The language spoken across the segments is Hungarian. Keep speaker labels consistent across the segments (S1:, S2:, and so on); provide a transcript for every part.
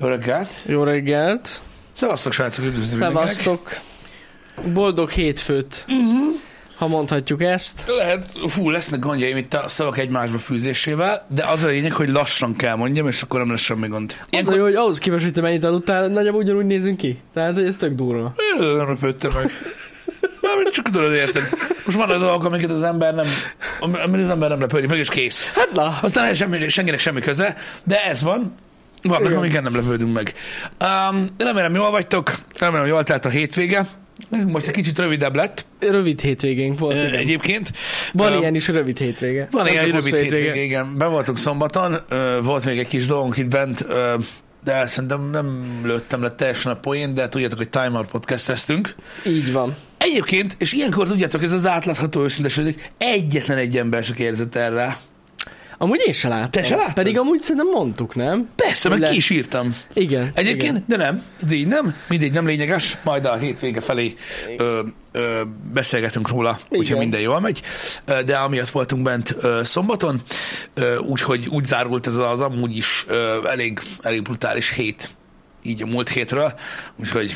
S1: Jó reggelt!
S2: Jó reggelt!
S1: Szevasztok, srácok, üdvözlünk
S2: Szevasztok! Boldog hétfőt,
S1: Mhm.
S2: ha mondhatjuk ezt.
S1: Lehet, fú, lesznek gondjaim itt a szavak egymásba fűzésével, de az a lényeg, hogy lassan kell mondjam, és akkor nem lesz semmi gond.
S2: Az a jó, hogy ahhoz képest, hogy te mennyit aludtál, nagyjából ugyanúgy nézünk ki. Tehát, hogy ez tök durva.
S1: Én nem röpődtem meg. Mármint csak tudod, érted. Most vannak dolgok, amiket az ember nem, amit az ember nem lepődik meg, és kész.
S2: Hát na,
S1: Aztán ehhez semmi, senkinek semmi köze, de ez van. Vannak,
S2: Igen.
S1: amiket nem lepődünk meg. Um, remélem, jól vagytok, remélem, jól telt a hétvége. Most egy kicsit rövidebb lett
S2: rövid hétvégénk volt.
S1: ö,
S2: igen.
S1: egyébként.
S2: Van
S1: Öm,
S2: ilyen is rövid hétvége.
S1: Van
S2: Nem
S1: egy
S2: csak
S1: rövid
S2: hosszú
S1: hétvége, igen. Ben voltunk szombaton, ö, volt még egy kis dolgunk itt bent, ö, de szerintem nem lőttem le teljesen a poén, de tudjátok, hogy Time Out podcasteztünk.
S2: Így van.
S1: Egyébként, és ilyenkor tudjátok, ez az átlátható őszintesedik, egyetlen egy ember se érzett erre.
S2: Amúgy én se láttam.
S1: Te se láttad?
S2: Pedig amúgy szerintem mondtuk, nem?
S1: Persze, meg
S2: Le-
S1: ki is írtam.
S2: Igen.
S1: Egyébként,
S2: igen.
S1: de nem, ez így nem, mindegy, nem lényeges, majd a hétvége felé ö, ö, beszélgetünk róla, úgyhogy
S2: Igen.
S1: minden jól megy, Ö, de amiatt voltunk bent ö, szombaton, ö, úgyhogy úgy zárult ez az amúgy is ö, elég, elég brutális hét, így a múlt hétről, úgyhogy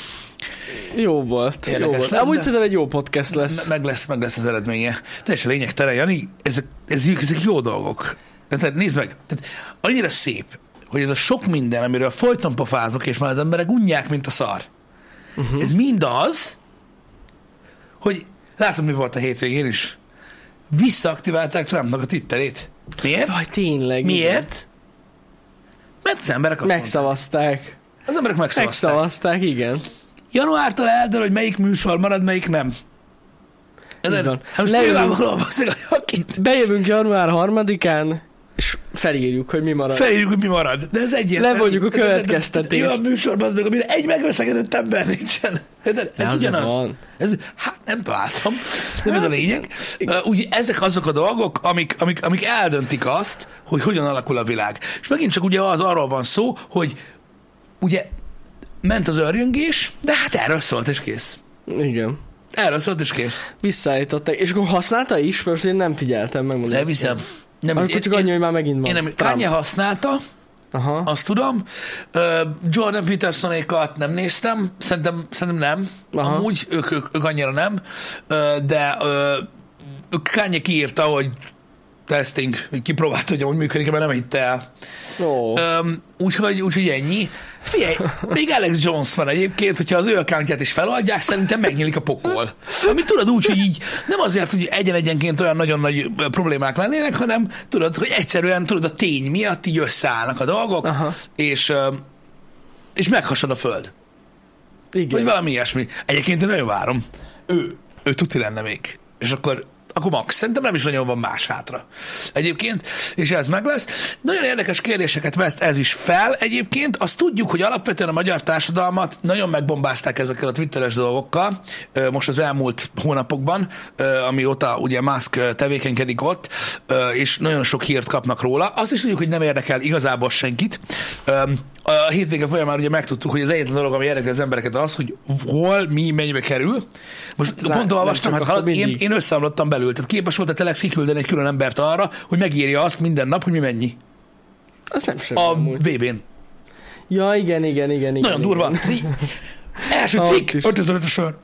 S2: Jó volt. Jó
S1: Érdekes
S2: volt.
S1: lesz,
S2: amúgy
S1: de-
S2: szerintem egy jó podcast lesz.
S1: me- meg lesz, meg lesz az eredménye. Teljesen lényegtelen, Jani, ezek, ezek, ezek jó dolgok. Tehát nézd meg, tehát annyira szép, hogy ez a sok minden, amiről folyton pofázok, és már az emberek unják, mint a szar. Uh-huh. Ez mind az, hogy látod, mi volt a hétvégén is. Visszaaktiválták Trumpnak a titterét. Miért?
S2: Jaj, tényleg. igen.
S1: Miért? Mert az emberek azt mondták.
S2: Megszavazták.
S1: Az emberek megszavazták.
S2: Megszavazták, igen.
S1: Januártól eldől, hogy melyik műsor marad, melyik nem.
S2: Így
S1: Ez
S2: van.
S1: hát most
S2: Leülünk.
S1: nyilvánvalóan valószínűleg, hogy akit
S2: Bejövünk január harmadikán, és felírjuk, hogy mi marad.
S1: felírjuk, hogy mi marad. De ez egyértelmű.
S2: Levonjuk a
S1: De- de- de- de-
S2: következtetést.
S1: Jó a műsorban az meg, amire egy megveszekedett ember nincsen. De ez
S2: De azért
S1: ugyanaz.
S2: van. Hát,
S1: Ez, hát nem találtam, nem ez a lényeg. Uh, ugye ezek azok a dolgok, amik, amik, amik eldöntik azt, hogy hogyan alakul a világ. És megint csak ugye az arról van szó, hogy ugye ment az örjöngés, de hát erről szólt és kész.
S2: Igen.
S1: Erről szólt és kész.
S2: Visszaállították. És akkor használta is? Most én nem figyeltem, megmondom.
S1: Nem hiszem. Nem,
S2: Akkor csak annyi, hogy már megint van.
S1: Én nem,
S2: Trump.
S1: Kanye használta,
S2: Aha.
S1: azt tudom. Ö, Jordan Petersonékat nem néztem, szerintem, szerintem nem. Aha.
S2: Aha.
S1: Amúgy ők, ők, ők annyira nem, Ö, de ö, Kanye kiírta, hogy testing, hogy kipróbált, hogy amúgy működik, mert nem hitte el.
S2: Ó,
S1: Öm, úgyhogy, úgyhogy ennyi. Figyelj, még Alex Jones van egyébként, hogyha az ő accountját is feladják, szerintem megnyílik a pokol. Ami tudod úgy, hogy így nem azért, hogy egyen-egyenként olyan nagyon nagy ö, problémák lennének, hanem tudod, hogy egyszerűen tudod a tény miatt így összeállnak a dolgok,
S2: Aha.
S1: és, öm, és meghasad a föld. Vagy
S2: igen.
S1: valami ilyesmi. Egyébként én nagyon várom. Ő, ő tuti lenne még. És akkor akkor max. Szerintem nem is nagyon van más hátra. Egyébként, és ez meg lesz. Nagyon érdekes kérdéseket veszt ez is fel egyébként. Azt tudjuk, hogy alapvetően a magyar társadalmat nagyon megbombázták ezekkel a twitteres dolgokkal, ö, most az elmúlt hónapokban, ö, amióta ugye Musk ö, tevékenykedik ott, ö, és nagyon sok hírt kapnak róla. Azt is tudjuk, hogy nem érdekel igazából senkit. Öm, A hétvége folyamán ugye megtudtuk, hogy az egyetlen dolog, ami érdekel az embereket az, hogy hol, mi, mennyibe kerül. Most
S2: Zá-
S1: pont
S2: nem
S1: olvastam,
S2: csak
S1: hát
S2: akkor
S1: hallod, én,
S2: mindig.
S1: én összeomlottam belül. Tehát képes volt a Telex kiküldeni egy külön embert arra, hogy megírja azt minden nap, hogy mi mennyi.
S2: Az nem semmi
S1: A
S2: amúgy.
S1: VB-n.
S2: Ja, igen, igen, igen, igen.
S1: Nagyon
S2: igen.
S1: durva. Első
S2: Ah,
S1: cikk,
S2: ott is.
S1: 5500 sör.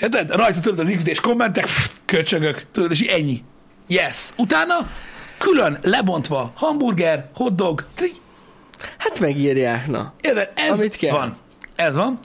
S1: Érted? Rajta tudod az XD-s kommentek, pff, köcsögök, tudod, és így ennyi. Yes. Utána külön lebontva hamburger, hotdog, tri,
S2: Hát megírják, na.
S1: Érted? Ez
S2: Amit kell.
S1: van. Ez van.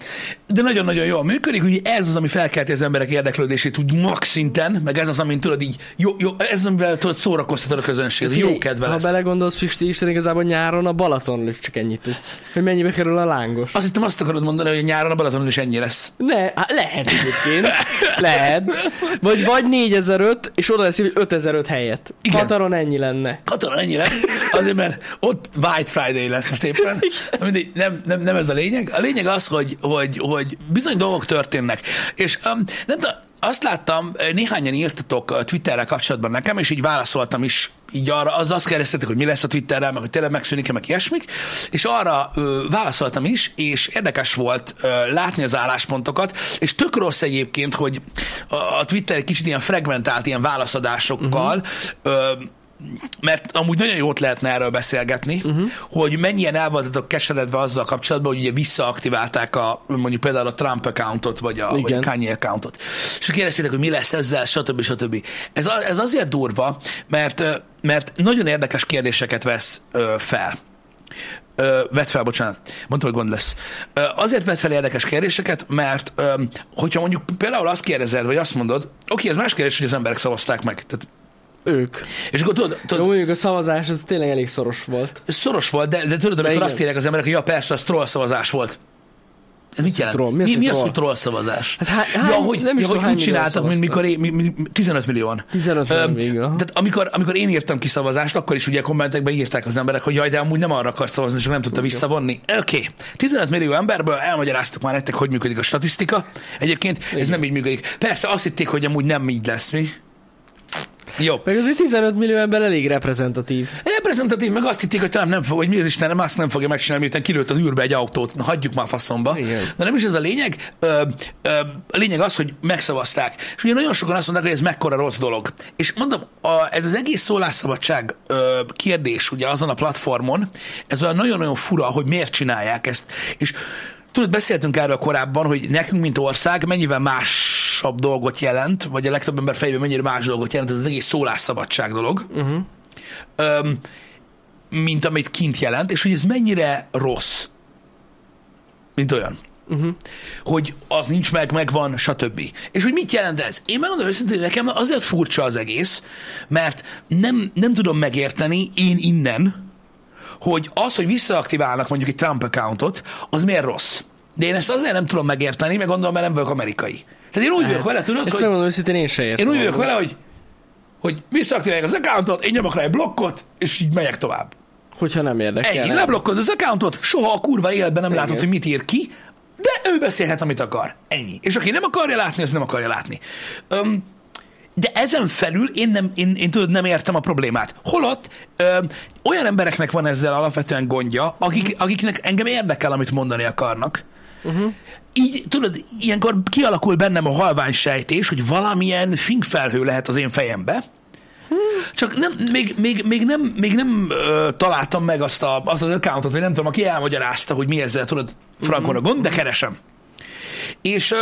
S1: De nagyon-nagyon jól működik, ugye ez az, ami felkelti az emberek érdeklődését úgy max szinten, meg ez az, amin tudod így, jó, jó, ez az, amivel tudod szórakoztatod a közönséget, jó
S2: Figyelj,
S1: kedve
S2: Ha
S1: lesz.
S2: belegondolsz, Pisti, Isten igazából nyáron a Balaton csak ennyit tudsz. Hogy mennyibe kerül a lángos.
S1: Azt hittem azt akarod mondani, hogy a nyáron a Balatonon is ennyi lesz.
S2: Ne, hát lehet egyébként. Lehet. Vagy vagy 4005, és oda lesz, hogy 5005 helyett.
S1: Igen.
S2: Kataron ennyi lenne.
S1: Katona ennyi lesz, azért mert ott White Friday lesz most éppen. Na Mindegy, nem, nem, nem, ez a lényeg. A lényeg az, hogy, hogy, hogy bizony dolgok történnek. És um, nem tudom, azt láttam, eh, néhányan írtatok ö, Twitterrel kapcsolatban nekem, és így válaszoltam is így arra, az azt kérdeztetek, hogy mi lesz a Twitterrel, meg hogy tényleg megszűnik-e, meg ilyesmik, és arra ö, válaszoltam is, és érdekes volt ö, látni az álláspontokat, és tök rossz egyébként, hogy a, a Twitter egy kicsit ilyen fragmentált ilyen válaszadásokkal uh-huh. ö, mert amúgy nagyon jót lehetne erről beszélgetni, uh-huh. hogy mennyien el voltatok keseredve azzal kapcsolatban, hogy ugye visszaaktiválták a, mondjuk például a Trump accountot, vagy a, vagy a
S2: Igen.
S1: Kanye accountot. És kérdeztétek, hogy mi lesz ezzel, stb. stb. Ez, a- ez azért durva, mert, ö, mert nagyon érdekes kérdéseket vesz ö, fel. Ö, vett fel, bocsánat, mondtam, hogy gond lesz. Ö, azért vett fel érdekes kérdéseket, mert ö, hogyha mondjuk például azt kérdezed, vagy azt mondod, oké, ez más kérdés, hogy az emberek szavazták meg. Tehát,
S2: Ők.
S1: és akkor tudod,
S2: Jó,
S1: tudod
S2: mondjuk a szavazás az tényleg elég szoros volt.
S1: szoros volt, de, de tudod, amikor
S2: igen.
S1: azt írják az emberek, hogy ja, persze, az troll szavazás volt. Ez mit jelent?
S2: troll?
S1: Mi,
S2: Mi az,
S1: mi,
S2: hogy
S1: mi az,
S2: troll?
S1: hogy troll szavazás?
S2: Hát há- hány-
S1: ja, hogy,
S2: nem is
S1: ja, hogy
S2: tudom, hány
S1: úgy
S2: millióan
S1: csináltak, mint mikor én, mi, mi, 15 millióan.
S2: 15
S1: Öm,
S2: millió végül. aha.
S1: Tehát amikor, amikor én írtam ki szavazást, akkor is ugye kommentekbe írták az emberek, hogy jaj, de amúgy nem arra akart szavazni, csak nem tudta visszavonni. Oké, okay. 15 millió emberből elmagyaráztuk már nektek, hogy működik a statisztika. Egyébként Igen. ez nem így működik. Persze azt hitték, hogy amúgy nem így lesz mi. Jó.
S2: Meg azért 15 millió ember elég reprezentatív.
S1: Reprezentatív, meg azt hitték, hogy talán nem fog, hogy mi az Isten, azt nem fogja megcsinálni, miután kilőtt az űrbe egy autót. Na, hagyjuk már faszomba.
S2: Igen.
S1: De nem is ez a lényeg. Ö, ö, a lényeg az, hogy megszavazták. És ugye nagyon sokan azt mondták, hogy ez mekkora rossz dolog. És mondom, a, ez az egész szólásszabadság ö, kérdés ugye azon a platformon, ez olyan nagyon-nagyon fura, hogy miért csinálják ezt. És Tudod, beszéltünk erről korábban, hogy nekünk, mint ország, mennyivel másabb dolgot jelent, vagy a legtöbb ember fejében mennyire más dolgot jelent ez az egész szólásszabadság dolog. Uh-huh öm, mint amit kint jelent, és hogy ez mennyire rossz, mint olyan. Uh-huh. Hogy az nincs meg, megvan, stb. És hogy mit jelent ez? Én megmondom őszintén, hogy nekem azért furcsa az egész, mert nem, nem tudom megérteni én innen, hogy az, hogy visszaaktiválnak mondjuk egy Trump accountot, az miért rossz. De én ezt azért nem tudom megérteni, meg gondolom, mert nem vagyok amerikai. Tehát én úgy vagyok vele, tudod,
S2: Ezt
S1: hogy...
S2: megmondom őszintén, én se értem.
S1: Én úgy vagyok vele, hogy, hogy visszaaktiválják az accountot, én nyomok rá egy blokkot, és így megyek tovább.
S2: Hogyha nem érdekel.
S1: Ennyi,
S2: nem.
S1: leblokkod az accountot, soha a kurva életben nem látod,
S2: Igen.
S1: hogy mit ír ki, de ő beszélhet, amit akar. Ennyi. És aki nem akarja látni, az nem akarja látni. Öm, de ezen felül én nem, én, én tudod, nem értem a problémát. Holott öm, olyan embereknek van ezzel alapvetően gondja, akik, akiknek engem érdekel, amit mondani akarnak. Így, tudod, ilyenkor kialakul bennem a halvány sejtés, hogy valamilyen finkfelhő lehet az én fejembe, csak nem, még, még, még nem, még nem ö, találtam meg azt, a, azt az accountot, vagy nem tudom, aki elmagyarázta, hogy mi ezzel tudod frankon a gond, de keresem. És ö,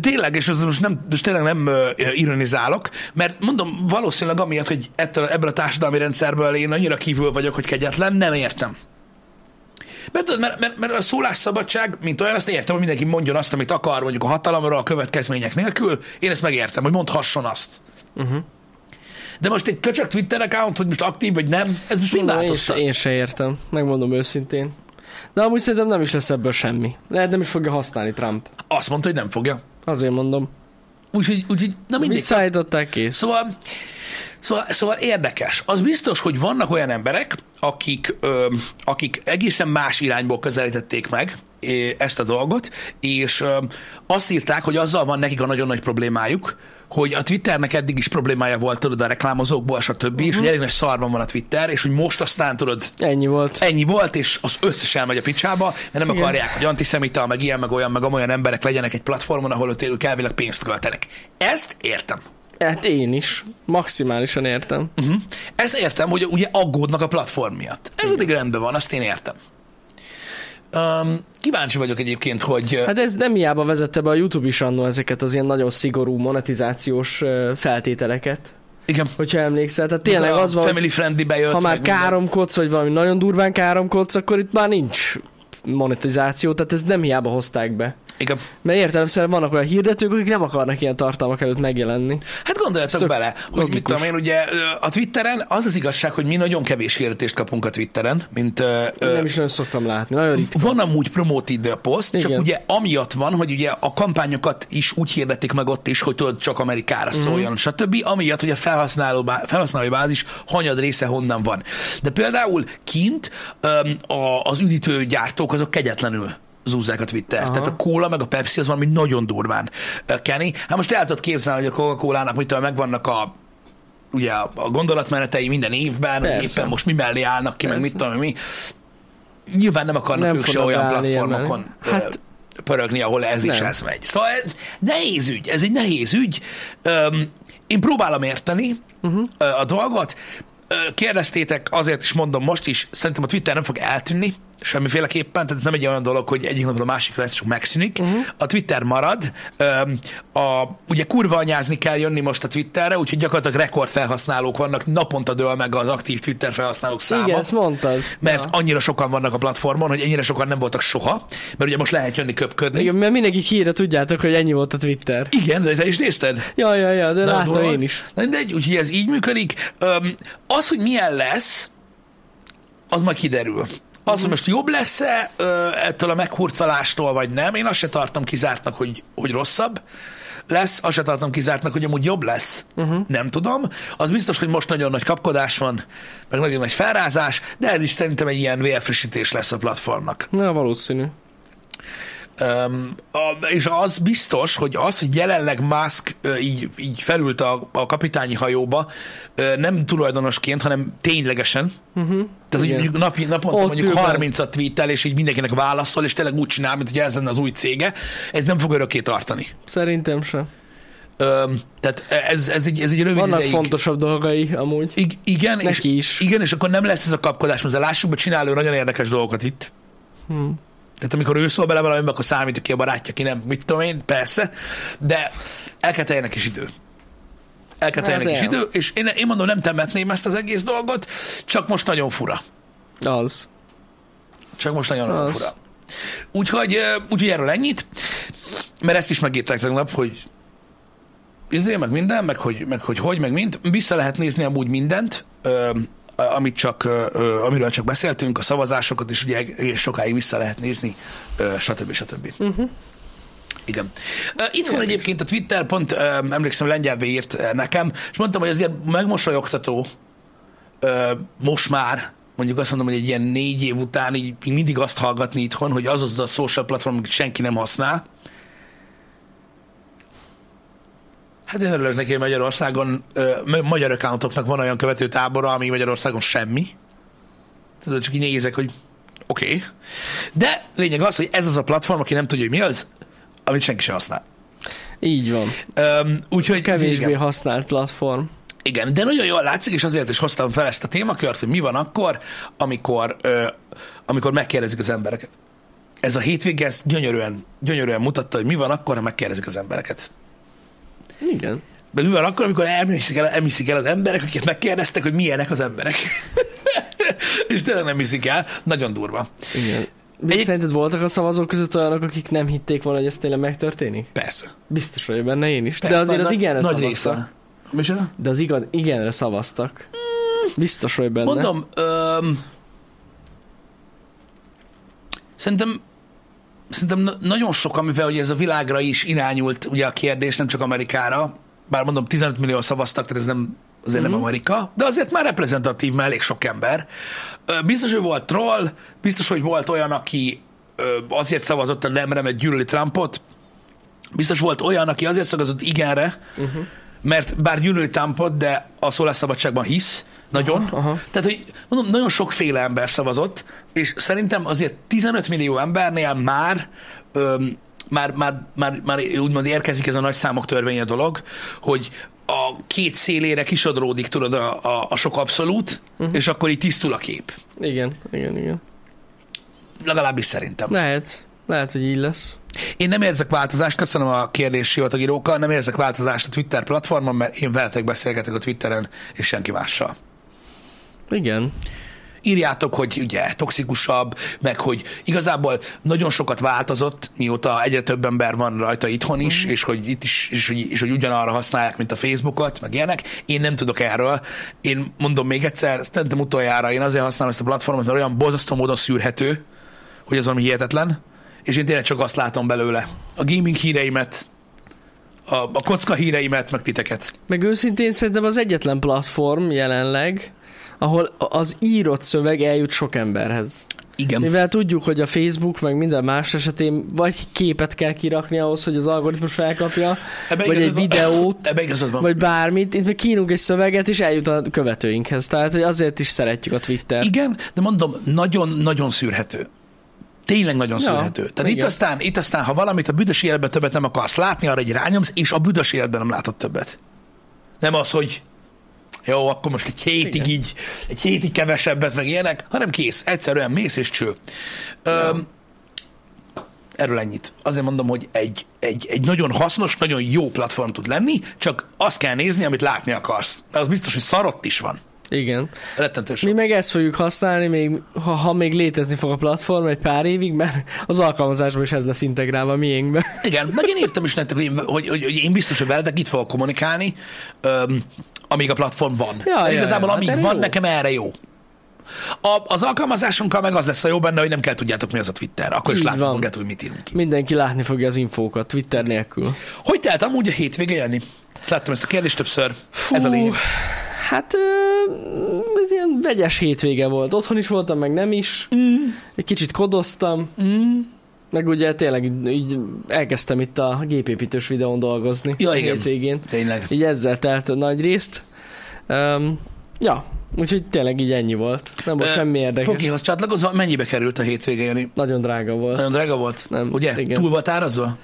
S1: tényleg, és az most nem, most tényleg nem ö, ironizálok, mert mondom, valószínűleg amiatt, hogy ettől, ebből a társadalmi rendszerből én annyira kívül vagyok, hogy kegyetlen, nem értem. Mert, tudod, mert, mert, mert a szólásszabadság, mint olyan, azt értem, hogy mindenki mondjon azt, amit akar, mondjuk a hatalomra, a következmények nélkül. Én ezt megértem, hogy mondhasson azt.
S2: Mhm.
S1: De most egy köcsök Twitter account, hogy most aktív vagy nem, ez most mind
S2: Mondom, én, se,
S1: változtat.
S2: én se értem, megmondom őszintén. De amúgy szerintem nem is lesz ebből semmi. Lehet nem is fogja használni Trump.
S1: Azt mondta, hogy nem fogja.
S2: Azért mondom.
S1: Úgyhogy, úgyhogy na mindig.
S2: Visszaállították kész.
S1: Szóval, szóval, szóval érdekes. Az biztos, hogy vannak olyan emberek, akik, ö, akik egészen más irányból közelítették meg ö, ezt a dolgot, és ö, azt írták, hogy azzal van nekik a nagyon nagy problémájuk, hogy a Twitternek eddig is problémája volt, tudod, a reklámozókból, stb., uh-huh. és hogy elég nagy szarban van a Twitter, és hogy most aztán, tudod,
S2: Ennyi volt.
S1: ennyi volt, és az összes elmegy a picsába, mert nem Igen.
S2: Igen.
S1: akarják, hogy antiszemita, meg ilyen, meg olyan, meg olyan emberek legyenek egy platformon, ahol ott ők elvileg pénzt költenek. Ezt értem.
S2: Hát én is. Maximálisan értem.
S1: Uh-huh. Ezt értem, hogy ugye aggódnak a platform miatt. Ez eddig rendben van, azt én értem. Um, kíváncsi vagyok egyébként, hogy... Hát,
S2: Hát ez nem hiába vezette be a YouTube is annó ezeket az ilyen nagyon szigorú monetizációs ö, feltételeket,
S1: igen,
S2: hogyha emlékszel. Tehát tényleg az van, hogy
S1: Family friendly bejött.
S2: ha már
S1: meg minden.
S2: káromkodsz, vagy valami nagyon durván káromkodsz, akkor itt már nincs monetizáció, tehát ezt nem hiába hozták be.
S1: Igen.
S2: Mert értelemszerűen vannak olyan hirdetők, akik nem akarnak ilyen tartalmak előtt megjelenni.
S1: Hát gondoljatok
S2: tök
S1: bele, hogy mit
S2: logikus.
S1: tudom én, ugye ö, a Twitteren az az igazság, hogy mi nagyon kevés hirdetést kapunk a Twitteren, mint ö,
S2: Én
S1: ö,
S2: nem is nagyon szoktam látni. Nagyon ritka.
S1: Van amúgy promoted post, csak
S2: Igen.
S1: ugye amiatt van, hogy ugye a kampányokat is úgy hirdetik meg ott is, hogy tudod, csak Amerikára
S2: Mhm.
S1: mm. szóljon, stb. Amiatt, hogy a felhasználó bá- felhasználói bázis hanyad része honnan van. De például kint öm, a, az üdítőgyártók azok kegyetlenül zúzzák a Twitter. Aha. Tehát a kóla meg a Pepsi az valami nagyon durván ö, keni. Hát most el tudod képzelni, hogy a Coca-Cola-nak mitől megvannak a ugye a a gondolatmenetei minden évben, hogy
S2: Persze.
S1: éppen most mi mellé állnak ki, meg
S2: Persze.
S1: mit tudom én mi nyilván nem akarnak nem
S2: Nem
S1: ők se
S2: fognak
S1: olyan
S2: beállni
S1: platformokon
S2: emelni.
S1: hát,
S2: Hát-
S1: pörögni, ahol ez is
S2: Nem.
S1: ez megy. Szóval ez nehéz ügy,
S2: Mhm.
S1: ez egy nehéz ügy. Öm, én próbálom érteni uh-huh. a dolgot, ö, kérdeztétek, azért is mondom most is, szerintem a Twitter nem fog eltűnni semmiféleképpen, tehát ez nem egy olyan dolog, hogy egyik napról a másikra ez csak megszűnik.
S2: Mhm.
S1: Uh-huh. A Twitter marad, öm, a, ugye kurva anyázni kell jönni most a Twitterre, úgyhogy gyakorlatilag rekord felhasználók vannak, naponta dől meg az aktív Twitter felhasználók száma.
S2: Igen, ezt mondtad.
S1: mert
S2: Ja.
S1: annyira sokan vannak a platformon, hogy ennyire sokan nem voltak soha, mert ugye most lehet jönni köpködni. Igen,
S2: Igen, mert mindenki hírja, tudjátok, hogy ennyi volt a Twitter.
S1: Igen de te is nézted?
S2: Ja, ja, ja, de
S1: Nagyon
S2: láttam
S1: durva
S2: én
S1: volt.
S2: is.
S1: Na mindegy, úgyhogy ez így működik. Öm, az, hogy milyen lesz, az majd kiderül. Az,
S2: Mhm.
S1: hogy most jobb lesz-e ö, ettől a meghurcalástól, vagy nem, én azt se tartom kizártnak, hogy, hogy rosszabb lesz, azt se tartom kizártnak, hogy amúgy jobb lesz.
S2: Mhm.
S1: Uh-huh. Nem tudom. Az biztos, hogy most nagyon nagy kapkodás van, meg nagyon nagy felrázás, de ez is szerintem egy ilyen vérfrissítés lesz a platformnak.
S2: Na, valószínű.
S1: Öm, a, és az biztos, hogy az, hogy jelenleg Musk ö, így, így felült a, a kapitányi hajóba, ö, nem tulajdonosként, hanem ténylegesen. Uh-huh. Tehát, hogy
S2: Mhm. Igen.
S1: mondjuk napi, naponta
S2: Ott
S1: mondjuk
S2: ül be.
S1: 30-at tweetel, és így mindenkinek válaszol, és tényleg úgy csinál, mint hogy ez lenne az új cége, ez nem fog örökké tartani.
S2: Szerintem sem.
S1: Öm, tehát ez, ez, egy, ez egy rövid
S2: Vannak
S1: ideig.
S2: fontosabb dolgai amúgy.
S1: I- igen, és,
S2: Neki is.
S1: igen, és akkor nem lesz ez a kapkodás, mert azért lássuk, hogy csinál ő nagyon érdekes dolgokat itt.
S2: Hmm.
S1: Tehát amikor ő szól bele valamibe, akkor számít, ki a barátja, ki nem, mit tudom én, persze, de el kell teljenek is idő. El kell
S2: Hát
S1: teljenek is
S2: igen.
S1: idő, és én, én mondom, nem temetném ezt az egész dolgot, csak most nagyon fura.
S2: Az.
S1: Csak most nagyon, nagyon
S2: Az.
S1: fura. Úgyhogy, ö, úgyhogy erről ennyit, mert ezt is megírták tegnap, hogy izé, meg minden, meg hogy, meg hogy, hogy, meg mind. Vissza lehet nézni amúgy mindent, ö, amit csak, ö, ö, amiről csak beszéltünk, a szavazásokat is ugye egész sokáig vissza lehet nézni, ö, stb. stb. Uh-huh. Igen. Ö, Itt van egyébként a Twitter, pont ö, emlékszem, lengyelbe írt ö, nekem, és mondtam, hogy azért megmosolyogtató, ö, most már, mondjuk azt mondom, hogy egy ilyen négy év után így még mindig azt hallgatni itthon, hogy az az a social platform, amit senki nem használ. Hát én örülök neki, hogy Magyarországon ö, ma- magyar accountoknak van olyan követőtábora, ami Magyarországon semmi. Tudod, csak így nézek, hogy oké. Okay. De lényeg az, hogy ez az a platform, aki nem tudja, hogy mi az, amit senki sem használ.
S2: Így van.
S1: Öm, úgyhogy
S2: Kevésbé
S1: igen.
S2: használt platform.
S1: Igen, de nagyon jól látszik, és azért is hoztam fel ezt a témakört, hogy mi van akkor, amikor, ö, amikor megkérdezik az embereket. Ez a hétvége ez gyönyörűen, gyönyörűen mutatta, hogy mi van akkor, ha megkérdezik az embereket.
S2: Igen.
S1: De mi van akkor, amikor elmiszik el, elmiszik el az emberek, akiket megkérdeztek, hogy milyenek az emberek. és tényleg nem hiszik el, nagyon durva.
S2: Igen. Egy...
S1: Egy-
S2: Szerinted voltak a szavazók között olyanok, akik nem hitték volna, hogy ez tényleg megtörténik?
S1: Persze.
S2: Biztos vagyok benne én is.
S1: Persze,
S2: De azért
S1: nagy-
S2: az igenre
S1: Nagy
S2: szavaztak.
S1: része. Micsoda?
S2: De az igaz, igenre szavaztak. Biztos vagy benne.
S1: Hmm. Mondom, öm, szerintem szerintem na- nagyon sokan, mivel ugye ez a világra is irányult ugye a kérdés, nem csak Amerikára, bár mondom 15 millió szavaztak, tehát ez nem azért mm-hmm. nem Amerika, de azért már reprezentatív, mert elég sok ember. Ö, Biztos, hogy volt troll, biztos, hogy volt olyan, aki ö, azért szavazott a nemre, mert gyűlöli Trumpot, biztos volt olyan, aki azért szavazott igenre, uh-huh. mert bár gyűlöli Trumpot, de a szólásszabadságban hisz, nagyon. Aha, aha.
S2: aha.
S1: Tehát, hogy mondom, nagyon sokféle ember szavazott, és szerintem azért 15 millió embernél már öm, már, már, már, már úgymond érkezik ez a nagy számok törvénye dolog, hogy a két szélére kisodródik, tudod, a, a, a sok abszolút, uh-huh. és akkor így tisztul a kép.
S2: Igen, igen, igen.
S1: Legalábbis szerintem.
S2: Lehet. Lehet, hogy így lesz.
S1: Én nem érzek változást, köszönöm a kérdési írókkal, nem érzek változást a Twitter platformon, mert én veletek beszélgetek a Twitteren, és senki mással.
S2: Igen.
S1: Írjátok, hogy ugye toxikusabb, meg hogy igazából nagyon sokat változott, mióta egyre több ember van rajta itthon
S2: Mhm.
S1: is, mm. és hogy itt is, és, hogy- és hogy ugyanarra használják, mint a Facebookot, meg ilyenek. Én nem tudok erről. Én mondom még egyszer, szerintem utoljára én azért használom ezt a platformot, mert olyan borzasztó módon szűrhető, hogy ez valami hihetetlen, és én tényleg csak azt látom belőle. A gaming híreimet, a, a kocka híreimet, meg titeket.
S2: Meg őszintén szerintem az egyetlen platform jelenleg, ahol az írott szöveg eljut sok emberhez.
S1: Igen.
S2: Mivel tudjuk, hogy a Facebook meg minden más esetén vagy képet kell kirakni ahhoz, hogy az algoritmus felkapja,
S1: Ebbe
S2: vagy egy
S1: igazad van-
S2: videót,
S1: Ebbe igazad van.
S2: vagy bármit, itt meg kínunk egy szöveget, és eljut a követőinkhez. Tehát, hogy azért is szeretjük a Twitter.
S1: Igen, de mondom, nagyon-nagyon szűrhető. Tényleg nagyon
S2: Ja,
S1: szűrhető. Tehát itt
S2: igen.
S1: aztán, itt aztán, ha valamit a büdös életben többet nem akarsz látni, arra egy rányomsz, és a büdös életben nem látod többet. Nem az, hogy jó, akkor most egy hétig
S2: Igen.
S1: így, egy hétig kevesebbet, meg ilyenek, hanem kész. Egyszerűen mész és cső. Öm, erről ennyit. Azért mondom, hogy egy, egy, egy nagyon hasznos, nagyon jó platform tud lenni, csak azt kell nézni, amit látni akarsz. Mert az biztos, hogy szarott is van.
S2: Igen.
S1: Rettentő sok.
S2: Mi meg ezt fogjuk használni, még, ha, ha még létezni fog a platform egy pár évig, mert az alkalmazásban is ez lesz integrálva a miénkbe.
S1: Igen, meg én írtam is nektek, hogy én, hogy, hogy, hogy én biztos, hogy veletek itt fogok kommunikálni, öm, amíg a platform van.
S2: Ja,
S1: Tehát
S2: ja,
S1: igazából
S2: ja,
S1: amíg
S2: hát erre
S1: van,
S2: jó.
S1: nekem erre jó. A, az alkalmazásunkkal meg az lesz a jó benne, hogy nem kell tudjátok, mi az a Twitter. Akkor is
S2: Így
S1: látni
S2: van.
S1: fogjátok, hogy mit írunk ki.
S2: Mindenki látni fogja az infókat, Twitter nélkül.
S1: Hogy telt amúgy a hétvége, Jani? Ezt láttam ezt a kérdést többször.
S2: Fú,
S1: Ez a lényeg.
S2: Hát ö, ez ilyen vegyes hétvége volt. Otthon is voltam, meg nem is. Mm. Egy kicsit kodoztam. Mm. Meg ugye tényleg így, így elkezdtem itt a gépépítős videón dolgozni.
S1: Ja,
S2: a
S1: igen.
S2: Hétvégén.
S1: Tényleg.
S2: Így ezzel telt a nagy részt. Um, ja, úgyhogy tényleg így ennyi volt. Nem volt
S1: Ö,
S2: semmi érdekes.
S1: Pokihoz csatlakozva, mennyibe került a hétvége, Jani?
S2: Nagyon drága volt.
S1: Nagyon drága volt,
S2: Nem,
S1: ugye?
S2: igen.
S1: Túl volt árazva?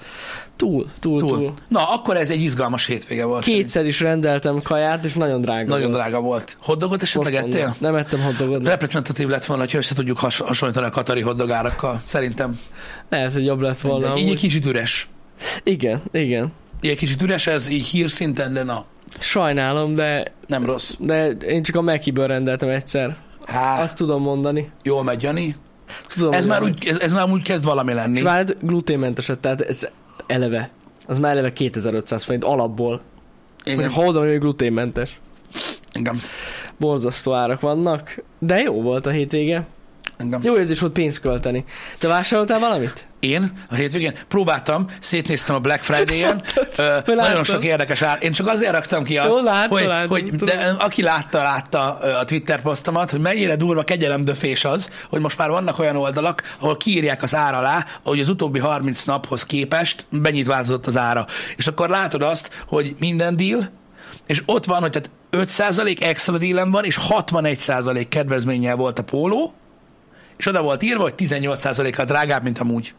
S2: Túl, túl, túl.
S1: Túl.
S2: túl.
S1: Na, akkor ez egy izgalmas hétvége volt.
S2: Kétszer is rendeltem kaját, és nagyon drága
S1: Nagyon
S2: volt.
S1: drága volt. Hoddogot esetleg
S2: Most mondom.
S1: ettél?
S2: Nem ettem hotdogot. De...
S1: reprezentatív lett volna, ha össze tudjuk has- hasonlítani a katari hoddogárakkal. Szerintem.
S2: Lehet, hogy jobb lett volna.
S1: Mindegy. Így egy
S2: amúgy.
S1: kicsit üres.
S2: Igen, igen.
S1: Így egy kicsit üres, ez így hírszinten, de na,
S2: Sajnálom, de,
S1: nem rossz.
S2: de én csak a Mekiből rendeltem egyszer.
S1: Hát,
S2: Azt tudom mondani.
S1: jól megy, Jani.
S2: Tudom,
S1: Ez
S2: hogy
S1: már,
S2: nem.
S1: úgy, ez, ez már úgy kezd valami lenni.
S2: És várjad, gluténmenteset, tehát ez eleve. Az már eleve 2500 forint alapból. Hogy
S1: Igen.
S2: ha oda van, hogy gluténmentes.
S1: Igen.
S2: Borzasztó árak vannak, de jó volt a hétvége.
S1: Igen.
S2: Jó érzés volt pénzt költeni. Te vásároltál valamit?
S1: Én a hétvégén próbáltam, szétnéztem a Black Friday-en, ö, nagyon
S2: láttam.
S1: sok érdekes ár. Én csak azért raktam ki azt,
S2: Jó, látta,
S1: hogy,
S2: látta,
S1: hogy
S2: tudom.
S1: de, ö, aki látta, látta ö, a Twitter posztomat, hogy mennyire durva kegyelemdöfés az, hogy most már vannak olyan oldalak, ahol kiírják az ára alá, hogy az utóbbi 30 naphoz képest mennyit változott az ára. És akkor látod azt, hogy minden deal, és ott van, hogy tehát 5% extra dealem van, és 61% kedvezménnyel volt a póló, és oda volt írva, hogy 18%-kal drágább, mint amúgy.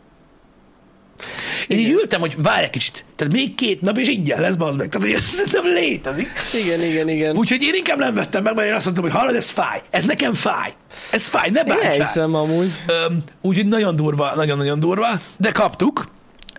S1: Én így ültem, hogy várj egy kicsit, tehát még két nap és ingyen lesz, bazd meg. Tehát, hogy ez nem létezik.
S2: Igen, igen, igen.
S1: Úgyhogy én inkább nem vettem meg, mert én azt mondtam, hogy hallod, ez fáj, ez nekem fáj, ez fáj, ne
S2: Én
S1: bántsál.
S2: elhiszem amúgy.
S1: Öm, Úgyhogy nagyon durva, nagyon-nagyon durva, de kaptuk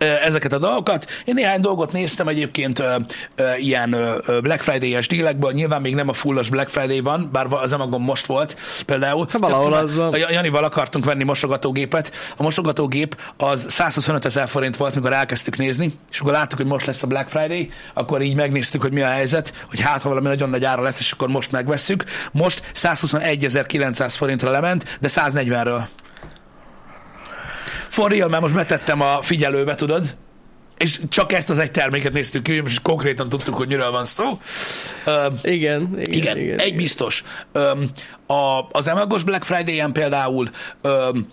S1: ö, ezeket a dolgokat. Én néhány dolgot néztem egyébként ö, ö, ilyen ö, ö, Black Friday-es dílekből, nyilván még nem a fullos Black Friday van, bár va- az Amagon most volt például.
S2: Ha Szóval valahol
S1: Csak
S2: az van.
S1: a Jan- Janival akartunk venni mosogatógépet. A mosogatógép az 125 ezer forint volt, mikor elkezdtük nézni, és akkor láttuk, hogy most lesz a Black Friday, akkor így megnéztük, hogy mi a helyzet, hogy hát ha valami nagyon nagy ára lesz, és akkor most megvesszük. Most 121.900 forintra lement, de 140-ről. For real, mert most betettem a figyelőbe, tudod? És csak ezt az egy terméket néztük ki, és konkrétan tudtuk, hogy miről van szó. Ö,
S2: Igen, igen, igen.
S1: igen, igen, egy biztos. Öm, a, az emagos Black Friday-en például öm,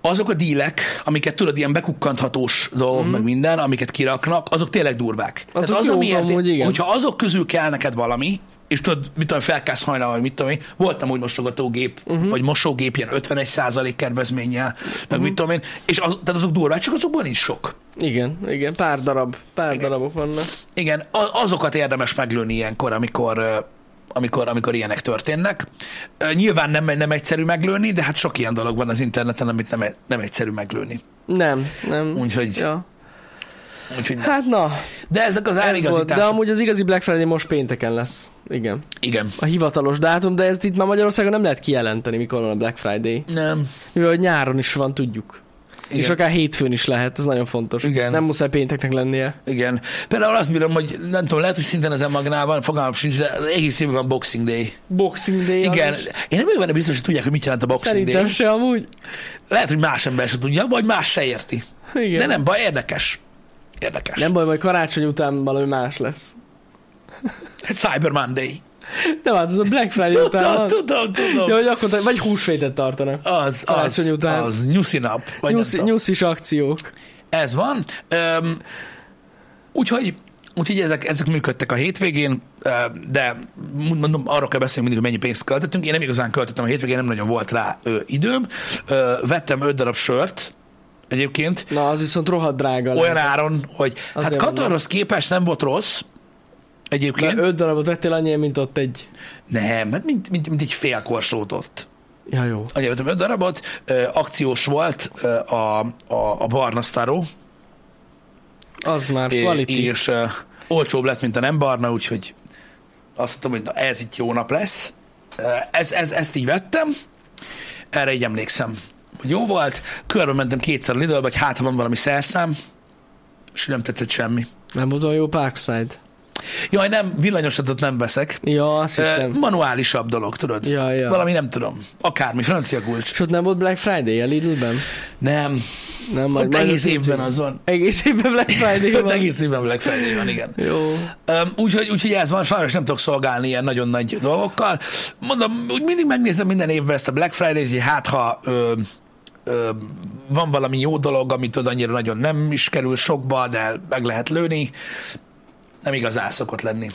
S1: azok a dílek, amiket tudod, ilyen bekukkanthatós dolgok, mm. meg minden, amiket kiraknak, azok tényleg durvák. Tehát
S2: Mhm. Azok
S1: az,
S2: jók
S1: amiért-
S2: amúgy, igen.
S1: hogyha azok közül kell neked valami, és tudod, mit tudom, felkász hajnal, vagy mit tudom én, voltam úgy mosogatógép,
S2: Mhm.
S1: uh-huh. vagy mosógép ilyen 51% kedvezménnyel, meg uh-huh. mit tudom én, és az, tehát azok durvák, csak azokból nincs sok.
S2: Igen, igen, pár darab, pár igen. darabok vannak.
S1: Igen, a- azokat érdemes meglőni ilyenkor, amikor, ö, amikor, amikor ilyenek történnek. Ö, Nyilván nem, nem egyszerű meglőni, de hát sok ilyen dolog van az interneten, amit nem, e-, nem egyszerű meglőni.
S2: Nem, nem.
S1: Úgyhogy-
S2: Ja.
S1: Úgyhogy nem.
S2: Hát na,
S1: De ezek az
S2: ez volt, de
S1: árigazítások.
S2: amúgy az igazi Black Friday most pénteken lesz. Igen.
S1: Igen.
S2: A hivatalos dátum, de ezt itt már Magyarországon nem lehet kijelenteni, mikor van a Black Friday.
S1: Nem.
S2: Mivel hogy nyáron is van, tudjuk. Igen. És
S1: Igen.
S2: akár hétfőn is lehet, ez nagyon fontos.
S1: Igen.
S2: Nem muszáj pénteknek lennie.
S1: Igen. Például azt bírom, hogy nem tudom, lehet, hogy szinten az emagnál van, fogalmam sincs, de egész évben van Boxing Day.
S2: Boxing Day. az
S1: Igen.
S2: is.
S1: Én nem vagyok benne biztos, hogy tudják, hogy mit jelent a Boxing
S2: Szerintem
S1: Day.
S2: se amúgy.
S1: Lehet, hogy más ember se tudja, vagy más se érti.
S2: Igen.
S1: De nem baj, érdekes. Érdekes.
S2: Nem baj, majd karácsony után valami más lesz.
S1: Hát Cyber Monday.
S2: Nem, hát az a Black Friday után
S1: Tudom,
S2: van.
S1: tudom, tudom.
S2: Ja, hogy akkor, te- vagy húsvétet tartanak.
S1: Az, az,
S2: Karácsony után.
S1: az nyuszi nap. Vagy
S2: Nyusz,
S1: nyuszi, nyuszi.
S2: nyusz is akciók.
S1: Ez van. Öm, úgyhogy úgyhogy ezek, ezek működtek a hétvégén, öm, de mondom, arra kell beszélni mindig, hogy mennyi pénzt költöttünk. Én nem igazán költöttem a hétvégén, nem nagyon volt rá ö, időm. Ö, vettem öt darab sört egyébként,
S2: Na, az viszont rohadt drága.
S1: olyan
S2: lehet.
S1: áron, hogy
S2: Azért
S1: hát
S2: mondom.
S1: Katarhoz képest nem volt rossz, Egyébként
S2: De öt darabot vettél annyi, mint ott egy.
S1: nem, hát mint, mint, mint egy fél korsót ott.
S2: Ja, jó.
S1: Annyi vettem öt darabot, ö, akciós volt ö, a, a, a barna szaró,
S2: Az már
S1: É-
S2: quality.
S1: És uh, olcsóbb lett, mint a nem barna, úgyhogy azt mondtam, hogy na, ez itt jó nap lesz. Uh, ez, ez, ezt így vettem, erre így emlékszem, hogy jó volt. Körbe mentem kétszer a Lidlbe, hogy hát ha van valami szerszám, és nem tetszett semmi.
S2: Nem volt olyan jó Parkside.
S1: Jaj, nem, villanyosodott nem veszek.
S2: Ja, azt
S1: Uh,
S2: hittem.
S1: manuálisabb dolog, tudod?
S2: Ja, ja.
S1: Valami nem tudom. Akármi, francia kulcs.
S2: És ott nem volt Black Friday a Lidlben?
S1: Nem,
S2: Nem,
S1: Majd, ott egész
S2: azt
S1: évben
S2: így-
S1: az van.
S2: Egész évben Black Friday
S1: Ott
S2: van.
S1: egész évben Black Friday van, igen.
S2: Jó.
S1: Öm, Úgyhogy, úgyhogy ez van, sajnos nem tudok szolgálni ilyen nagyon nagy dolgokkal. Mondom, úgy mindig megnézem minden évben ezt a Black Friday-t, hogy hát ha ö, ö, van valami jó dolog, amit oda annyira nagyon nem is kerül sokba, de meg lehet lőni, nem igazán szokott lenni.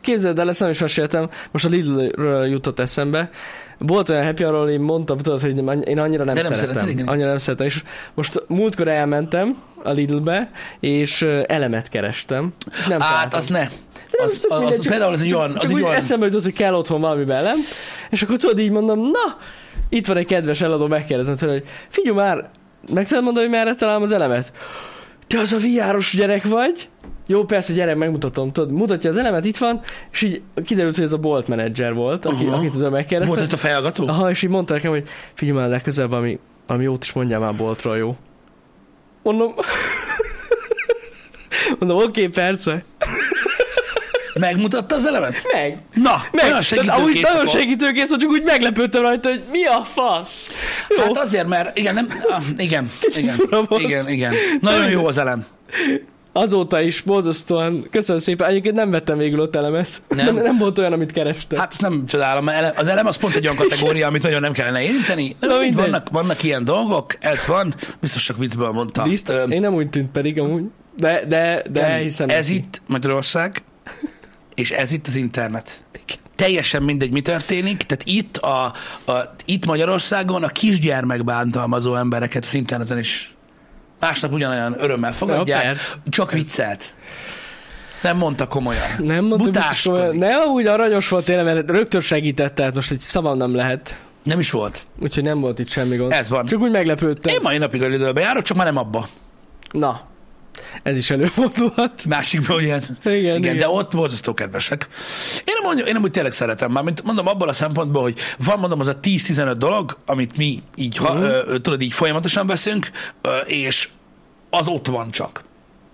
S2: Képzeld el, ezt nem is meséltem, most a Lidlről jutott eszembe. Volt olyan happy hour, ahol én mondtam, tudod, hogy nem- én annyira nem,
S1: De nem
S2: szeretem.
S1: szereted, igen.
S2: annyira nem szeretem. És most múltkor elmentem a Lidlbe, és ö, elemet kerestem. Nem
S1: Hát,
S2: találtam.
S1: az ne.
S2: Nem,
S1: Az,
S2: tök
S1: az,
S2: mindegy,
S1: az,
S2: csak-
S1: például az egy
S2: csak-
S1: olyan,
S2: csak
S1: az egy
S2: úgy
S1: olyan
S2: eszembe jutott, hogy kell otthon valami belem, és akkor tudod, így mondom, na, itt van egy kedves eladó, megkérdezem tőle, hogy figyelj már, meg tudod mondani, hogy merre találom az elemet? Te az a viáros gyerek vagy? Jó, persze, gyere, megmutatom. Tudod, mutatja az elemet, itt van, és így kiderült, hogy ez a bolt menedzser volt, aki,
S1: Aha.
S2: akit tudom megkérdeztem.
S1: volt ott a fejhallgató?
S2: Aha, és így mondta nekem, hogy figyelj már legközelebb, ami, ami jót is mondjál már boltról, jó? Mondom, mondom, oké, okay, persze.
S1: Megmutatta az elemet?
S2: Meg.
S1: Na,
S2: Meg,
S1: olyan
S2: ahogy
S1: segítőkész
S2: nagyon
S1: volt.
S2: segítőkész volt, csak úgy meglepődtem rajta, hogy mi a fasz. Jó,
S1: Hát azért, mert igen, nem, ah, igen, igen,
S2: fura volt.
S1: igen, igen. Nagyon jó az elem.
S2: azóta is borzasztóan, köszönöm szépen, egyébként nem vettem végül ott elemet.
S1: Nem?
S2: Nem, nem volt olyan, amit kerestem. Hát,
S1: Hát ezt nem csodálom, mert ele- az elem az pont egy olyan kategória, amit nagyon nem kellene érinteni.
S2: Na,
S1: Na, így
S2: mindegy.
S1: vannak, vannak ilyen dolgok, ez van, biztos csak viccből mondtam.
S2: Biztos,
S1: Öm,
S2: én nem úgy tűnt pedig amúgy, de, de, de
S1: Dani,
S2: elhiszem.
S1: Ez
S2: neki.
S1: itt Magyarország, és ez itt az internet. Teljesen mindegy, mi történik. Tehát itt, a, a, itt Magyarországon a kisgyermek bántalmazó embereket az interneten is másnap ugyanolyan örömmel fogadják,
S2: persze.
S1: csak viccelt. Nem mondta komolyan.
S2: Nem mondtam, biztos
S1: Butáskodik.
S2: komolyan. Nem, úgy aranyos volt tényleg, mert rögtön segített, tehát most egy szavam nem lehet.
S1: Nem is volt.
S2: Úgyhogy nem volt itt semmi gond.
S1: Ez van.
S2: Csak úgy meglepődtem.
S1: Én mai napig a Lidlbe járok, csak már nem abba.
S2: Na, ez is előfordulhat.
S1: Másikból ilyen.
S2: Igen,
S1: Igen, igen,
S2: igen.
S1: de ott borzasztó kedvesek. Én nem, mondjam, én nem úgy tényleg szeretem, már mint mondom abból a szempontból, hogy van mondom az a 10-15 dolog, amit mi így, ha,
S2: Mhm.
S1: ö, ö, tudod, így folyamatosan veszünk, ö, és az ott van csak.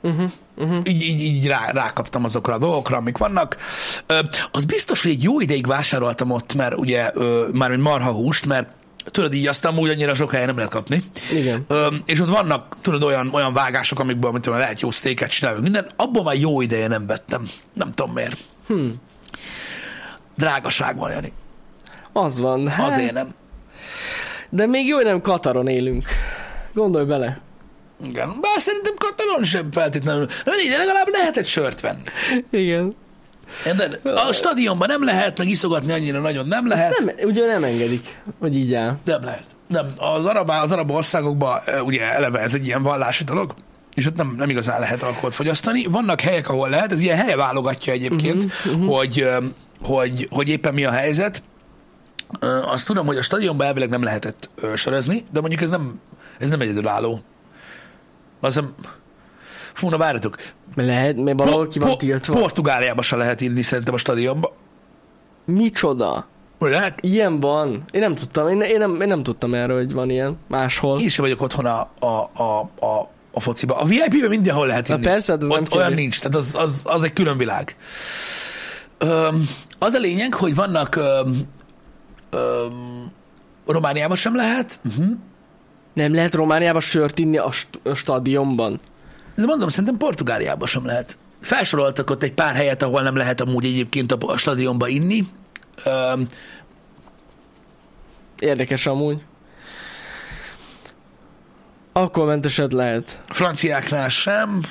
S2: Uh-huh.
S1: Így, így, így rá, rákaptam azokra a dolgokra, amik vannak. Ö, az biztos, hogy egy jó ideig vásároltam ott, mert ugye ö, már mint marhahúst, mert tudod, így aztán úgy annyira sok helyen nem lehet kapni.
S2: Igen.
S1: Öm, és ott vannak, tudod, olyan, olyan vágások, amikből mit tudom, lehet jó sztéket csinálni, minden. Abban már jó ideje nem vettem. Nem tudom miért.
S2: Hm.
S1: Drágaság van, Jani.
S2: Az van. Hát,
S1: Azért nem.
S2: De még jó, hogy nem Kataron élünk. Gondolj bele.
S1: Igen. Bár szerintem kataron sem feltétlenül. De mindegy, de legalább lehet egy sört venni.
S2: Igen.
S1: Érted? A stadionban nem lehet, meg iszogatni annyira nagyon nem lehet.
S2: Ezt nem, ugye nem engedik, hogy így áll.
S1: Nem lehet. Nem. Az arab, az arab országokban ö, ugye eleve ez egy ilyen vallási dolog, és ott nem, nem igazán lehet alkoholt fogyasztani. Vannak helyek, ahol lehet, ez ilyen helye válogatja egyébként, uh-huh,
S2: Mhm,
S1: uh-huh. Hogy, ö, hogy, hogy éppen mi a helyzet. Ö, Azt tudom, hogy a stadionban elvileg nem lehetett ö, sörözni, de mondjuk ez nem, ez nem egyedülálló. Azt hiszem, fú, na várjatok.
S2: Lehet, mert valahol ki van
S1: Po-
S2: tiltva.
S1: Portugáliában se lehet inni szerintem a stadionban.
S2: Micsoda?
S1: Lehet,
S2: Ilyen van. Én nem tudtam, én, én, nem, én nem tudtam erről, hogy van ilyen máshol.
S1: Én sem vagyok otthon a, a, a, a, a fociba. A VIP-ben mindenhol lehet
S2: Na
S1: inni.
S2: persze, hát az nem
S1: Ott olyan
S2: kérdés.
S1: nincs, tehát az, az, az egy külön világ. Öm, az a lényeg, hogy vannak öm, öm, Romániában sem lehet, uh-huh.
S2: Nem lehet Romániába sört inni a, st- a stadionban.
S1: de mondom, szerintem Portugáliában sem lehet. Felsoroltak ott egy pár helyet, ahol nem lehet amúgy egyébként a, a stadionba inni. Öm,
S2: Érdekes amúgy. Akkor mentesed lehet.
S1: franciáknál sem,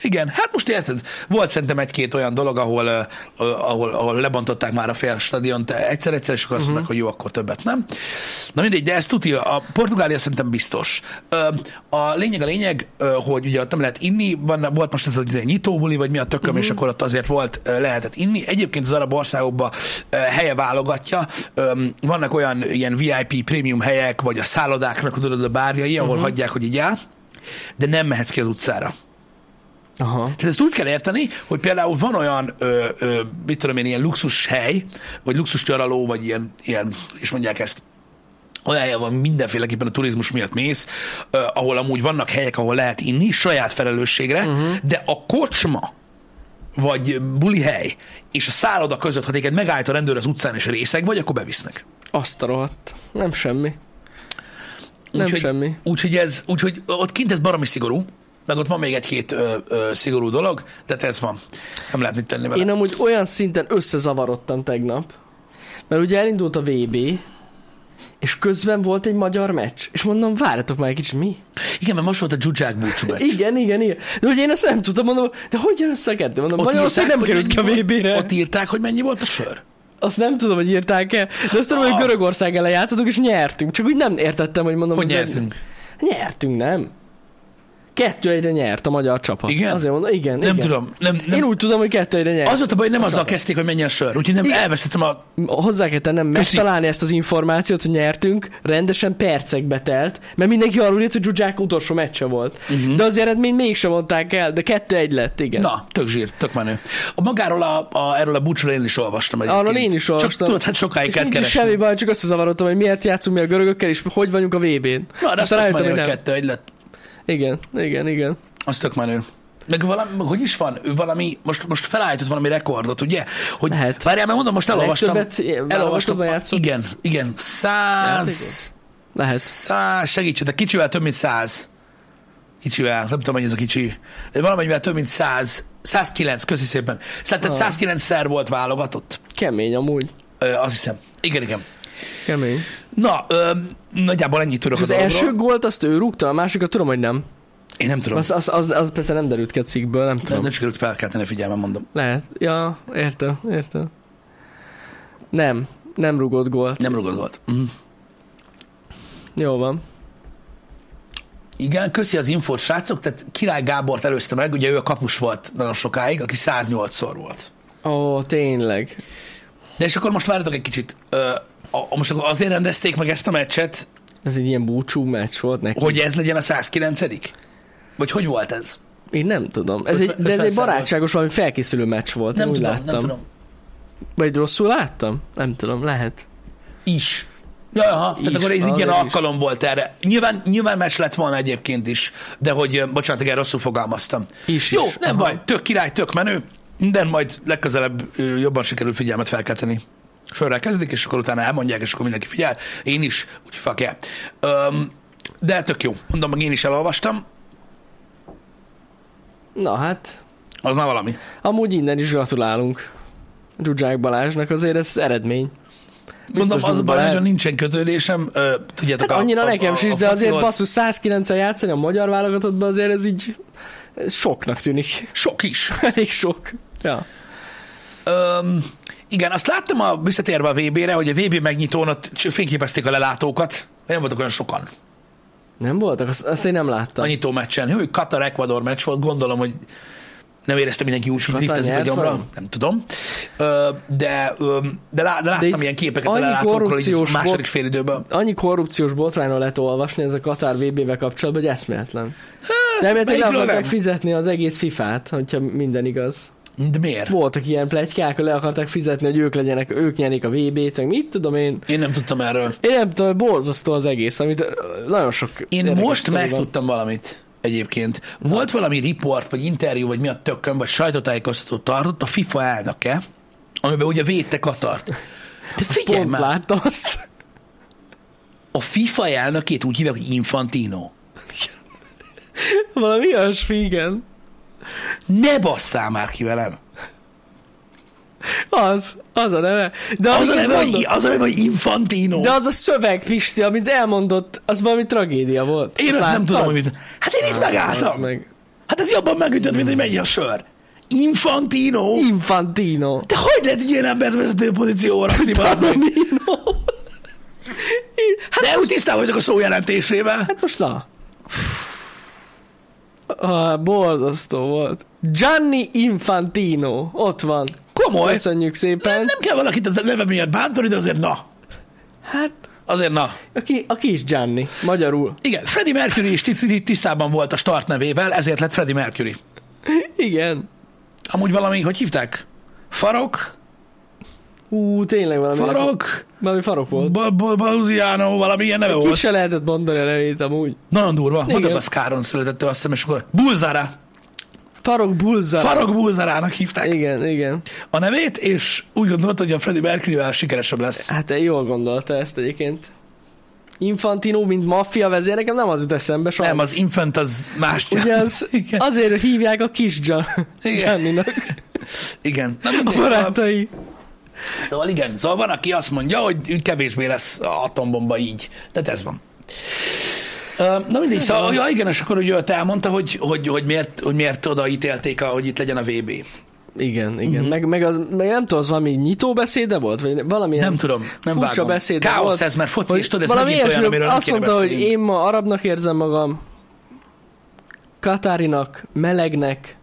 S1: Igen, hát most érted, volt szerintem egy-két olyan dolog, ahol, ö, ö, ahol, ahol lebontották már a fél stadiont egyszer-egyszer, és akkor azt mondták, hogy jó, akkor többet nem. Na mindegy, de ez tudja, a Portugália szerintem biztos. Ö, A lényeg a lényeg, ö, hogy ugye ott nem lehet inni, van, volt most ez a izé nyitóbuli, vagy mi a tököm, és akkor ott azért volt, ö, lehetett inni. Egyébként az arab országokban ö, helye válogatja, Ö, vannak olyan ilyen VIP prémium helyek, vagy a szállodáknak, tudod, a bárjai, ahol hagyják, hogy így áll, de nem mehetsz ki az utcára.
S2: Aha.
S1: Tehát ezt úgy kell érteni, hogy például van olyan, ö, ö, mit tudom én, ilyen luxus hely, vagy luxus nyaraló, vagy ilyen, ilyen, is mondják ezt, olyan helyen van mindenféleképpen a turizmus miatt mész, ö, ahol amúgy vannak helyek, ahol lehet inni saját felelősségre, uh-huh. de a kocsma, vagy buli hely, és a szálloda között, ha téged megállít a rendőr az utcán és részeg vagy, akkor bevisznek.
S2: Azt a rohadt. Nem semmi. Nem
S1: Úgyhogy-
S2: semmi.
S1: Úgyhogy ez, úgyhogy ott kint ez baromi szigorú, meg ott van még egy-két ö, ö, szigorú dolog, de hát ez van. Nem lehet mit tenni vele.
S2: Én amúgy olyan szinten összezavarodtam tegnap, mert ugye elindult a VB, és közben volt egy magyar meccs. És mondom, várjatok már egy kicsit, mi?
S1: Igen, mert most volt a Zsuzsák búcsú meccs.
S2: Igen, igen, igen. De hogy én ezt nem tudtam, mondom, de hogy jön össze a kettő? Mondom, Magyarország nem
S1: hogy
S2: került ki a
S1: mennyi volt-
S2: VB-re.
S1: Ott írták, hogy mennyi volt a sör.
S2: Azt nem tudom, hogy írták-e, de azt tudom, hogy
S1: Ah.
S2: Görögország ellen játszottuk, és nyertünk. Csak úgy nem értettem, hogy mondom,
S1: Hogy
S2: de-
S1: nyertünk.
S2: Nyertünk, nem? Kettő egyre nyert a magyar csapat.
S1: Igen?
S2: Azért mondom, igen.
S1: Nem
S2: igen.
S1: tudom. Nem,
S2: Én
S1: nem.
S2: úgy tudom, hogy kettő egyre nyert.
S1: Az volt a baj, hogy nem azzal kezdték, hogy menjen sör. Úgyhogy nem
S2: Igen.
S1: elvesztettem a...
S2: hozzá kell tennem,
S1: Köszi.
S2: megtalálni ezt az információt, hogy nyertünk, rendesen percekbe telt, mert mindenki arról írt, hogy Zsuzsák utolsó meccse volt. Uh-huh. De az eredményt mégsem mondták el, de kettő egy lett, igen.
S1: Mhm. Na, tök zsír, tök menő. A magáról a, a, erről a búcsról én is olvastam egyébként.
S2: Arról én is olvastam.
S1: Csak tudod, hát sokáig
S2: és
S1: kell
S2: nincs is
S1: keresni.
S2: semmi baj, csak összezavarodtam, hogy miért játszunk mi a görögökkel, és hogy vagyunk a VB-n.
S1: Na, de az tök menő, hogy
S2: nem.
S1: kettő egy lett.
S2: Igen, igen, igen.
S1: Az tök menő. Meg valami, hogy is van? Ő valami, most, most felállított valami rekordot, ugye? Hogy,
S2: Lehet.
S1: Várjál, mert mondom, most elolvastam.
S2: Legtöbbet
S1: elolvastam.
S2: válogatottban játszott?
S1: Igen, igen. Száz...
S2: Lehet.
S1: Száz, segítsetek, kicsivel több mint száz. Kicsivel, nem tudom, mennyi ez a kicsi. Valamennyivel több mint száz. 109, köszi szépen. Szóval
S2: Ah.
S1: tehát 109-szer volt válogatott.
S2: Kemény amúgy.
S1: Ö, azt hiszem. Igen, igen.
S2: Kemény.
S1: Na, ö, nagyjából ennyit tudok
S2: És az
S1: a dologról.
S2: első gólt azt ő rúgta, a másikat tudom, hogy nem.
S1: Én nem tudom.
S2: Az, az, az, az persze nem derült ki a cikkből, nem
S1: Nem,
S2: tudom.
S1: nem sikerült felkelteni a figyelmem, mondom.
S2: Lehet. Ja, értem, értem. Nem, nem rugott gólt.
S1: Nem rugott volt. Mhm.
S2: Jó van.
S1: Igen, köszi az infót, srácok. Tehát Király Gábort előzte meg, ugye ő a kapus volt nagyon sokáig, aki 108-szor volt.
S2: Ó, tényleg.
S1: De és akkor most várjatok egy kicsit. Ö, a, a, most akkor azért rendezték meg ezt a meccset,
S2: Ez egy ilyen búcsú meccs volt neki.
S1: hogy ez legyen a 109 Vagy hogy volt ez?
S2: Én nem tudom. Ez egy,
S1: Ötven-
S2: de ez
S1: ötven
S2: egy
S1: szám
S2: barátságos, valami felkészülő meccs volt.
S1: Nem
S2: én úgy
S1: tudom,
S2: láttam.
S1: nem tudom.
S2: Vagy rosszul láttam? Nem tudom, lehet.
S1: Is. Ja, aha, tehát
S2: Is,
S1: akkor ez egy
S2: azért
S1: ilyen
S2: is.
S1: alkalom volt erre. Nyilván, nyilván meccs lett volna egyébként is, de hogy, ö, bocsánat, igen, rosszul fogalmaztam.
S2: Is,
S1: Jó,
S2: is.
S1: nem
S2: Aha.
S1: baj, tök király, tök menő, de majd legközelebb ö, jobban sikerül figyelmet felkelteni. Sorra kezdik, és akkor utána elmondják, és akkor mindenki figyel. Én is, úgy fuck yeah. Öm, de tök jó. Mondom, meg én is elolvastam,
S2: Na hát,
S1: az már valami.
S2: amúgy innen is gratulálunk. Zsuzsák Balázsnak azért ez eredmény. Hát
S1: Mondom, az a
S2: durva
S1: baj,
S2: lehet.
S1: nagyon nincsen kötődésem, ö, tudjátok,
S2: Hát annyira
S1: a, a,
S2: nekem
S1: a,
S2: sincs, de azért
S1: focihoz.
S2: basszus 109 en játszani a magyar válogatottban azért ez így ez soknak tűnik.
S1: Sok is.
S2: Elég sok. Ja.
S1: Öm, igen, azt láttam a, visszatérve a VB-re, hogy a VB megnyitón ott cs- fényképezték a lelátókat, nem voltak olyan sokan
S2: Nem voltak? Azt, azt én nem láttam.
S1: a nyitó meccsen. Jó, hogy Katar-Ecuador meccs volt, gondolom, hogy nem érezte mindenki úgy, hogy
S2: Katar
S1: liftezik a
S2: nyert
S1: gyomra,
S2: valami?
S1: nem tudom. Ö, de, ö, de, lá, de láttam
S2: itt
S1: de ilyen képeket a
S2: annyi
S1: lelátókról, így a
S2: korrupciós
S1: második
S2: volt.
S1: fél időben.
S2: Annyi korrupciós botrányról lehet olvasni ez a Katar VB-vel kapcsolatban, hogy eszméletlen. De elméletileg le
S1: melyikről
S2: akarták
S1: nem?
S2: fizetni az egész FIFA-t, hogyha minden igaz.
S1: De miért?
S2: Voltak ilyen plegykák, le akarták fizetni, hogy ők legyenek, ők nyerik a VB-t, meg mit tudom én.
S1: Én nem tudtam erről.
S2: Én nem tudom, hogy borzasztó az egész, amit ö, nagyon sok
S1: Én
S2: érdekes
S1: most
S2: sztori van.
S1: megtudtam valamit egyébként. Volt valami riport, vagy interjú, vagy mi a tökön, vagy sajtótájékoztatót tartott a FIFA elnöke, amiben ugye védte Katart. De figyelj
S2: Pont
S1: már,
S2: láttam azt.
S1: a FIFA elnökét úgy hívják, hogy Infantino.
S2: Valami olyasmi, igen.
S1: Ne basszál már ki velem!
S2: Az, az a neve. De
S1: Az a
S2: amit
S1: neve,
S2: mondott-
S1: hogy, az a neve, hogy Infantino.
S2: De az a szöveg, Pisti, amit elmondott, az valami tragédia volt.
S1: én azt nem
S2: láttad?
S1: tudom, hogy mit... Hát én itt
S2: Az
S1: megálltam.
S2: meg.
S1: Hát ez jobban megütött, mint hogy mennyi a sör. Infantino.
S2: Infantino.
S1: De hogy lehet egy ilyen embert vezető pozícióra rakni, bazd meg?
S2: Infantino.
S1: Hát De úgy tisztában vagyok a szó jelentésével.
S2: Hát most na. Ah, borzasztó volt. Gianni Infantino. Ott van.
S1: Komoly.
S2: Köszönjük
S1: Nem,
S2: szépen.
S1: nem kell valakit az a neve miatt bántani, de azért na.
S2: Hát,
S1: Azért na.
S2: aki, aki is Gianni. Magyarul.
S1: Igen, Freddie Mercury is ti- tisztában volt a start nevével, ezért lett Freddie Mercury.
S2: Igen.
S1: Amúgy valami, hogy hívták? Farok?
S2: Ú, tényleg valami.
S1: Farok?
S2: Valami farok volt.
S1: Ba- ba- Bauziano, valami ilyen neve
S2: Ki
S1: volt.
S2: se lehetett mondani a nevét amúgy.
S1: Nagyon durva.
S2: Igen.
S1: Madagaszkáron született ő, azt hiszem, és akkor Bulzara.
S2: Farok Bulza.
S1: Farok Bulzarának hívták
S2: Igen, igen.
S1: a nevét, és úgy gondolta, hogy a Freddie Mercury-vel sikeresebb lesz.
S2: Hát te jól gondolta ezt egyébként. Infantino, mint maffia vezér, nekem nem az jut eszembe sajnos.
S1: Nem, az infant az más
S2: Ugye az,
S1: Igen.
S2: azért hívják a kis Gian,
S1: Igen.
S2: Gianninak
S1: igen. Na,
S2: a
S1: mindegy, szóval,
S2: barátai.
S1: szóval, igen, szóval van, aki azt mondja, hogy kevésbé lesz a atombomba így. Tehát ez van. Ö, Na mindig, szóval, ja, igen, és akkor ugye őt elmondta, hogy, hogy, hogy, miért, hogy miért oda ítélték, a- hogy itt legyen a VB.
S2: Igen, igen.
S1: Mhm.
S2: Meg, meg, az, meg nem tudom, az valami nyitó beszéde volt? Vagy valamilyen
S1: Nem tudom, nem
S2: furcsa
S1: vágom.
S2: beszéde
S1: Káosz
S2: volt,
S1: ez, mert foci, és tudod, ez
S2: valami
S1: megint olyan,
S2: ilyesmi,
S1: amiről nem
S2: Azt
S1: kéne
S2: mondta, hogy
S1: beszélni.
S2: én ma arabnak érzem magam, katárinak, melegnek,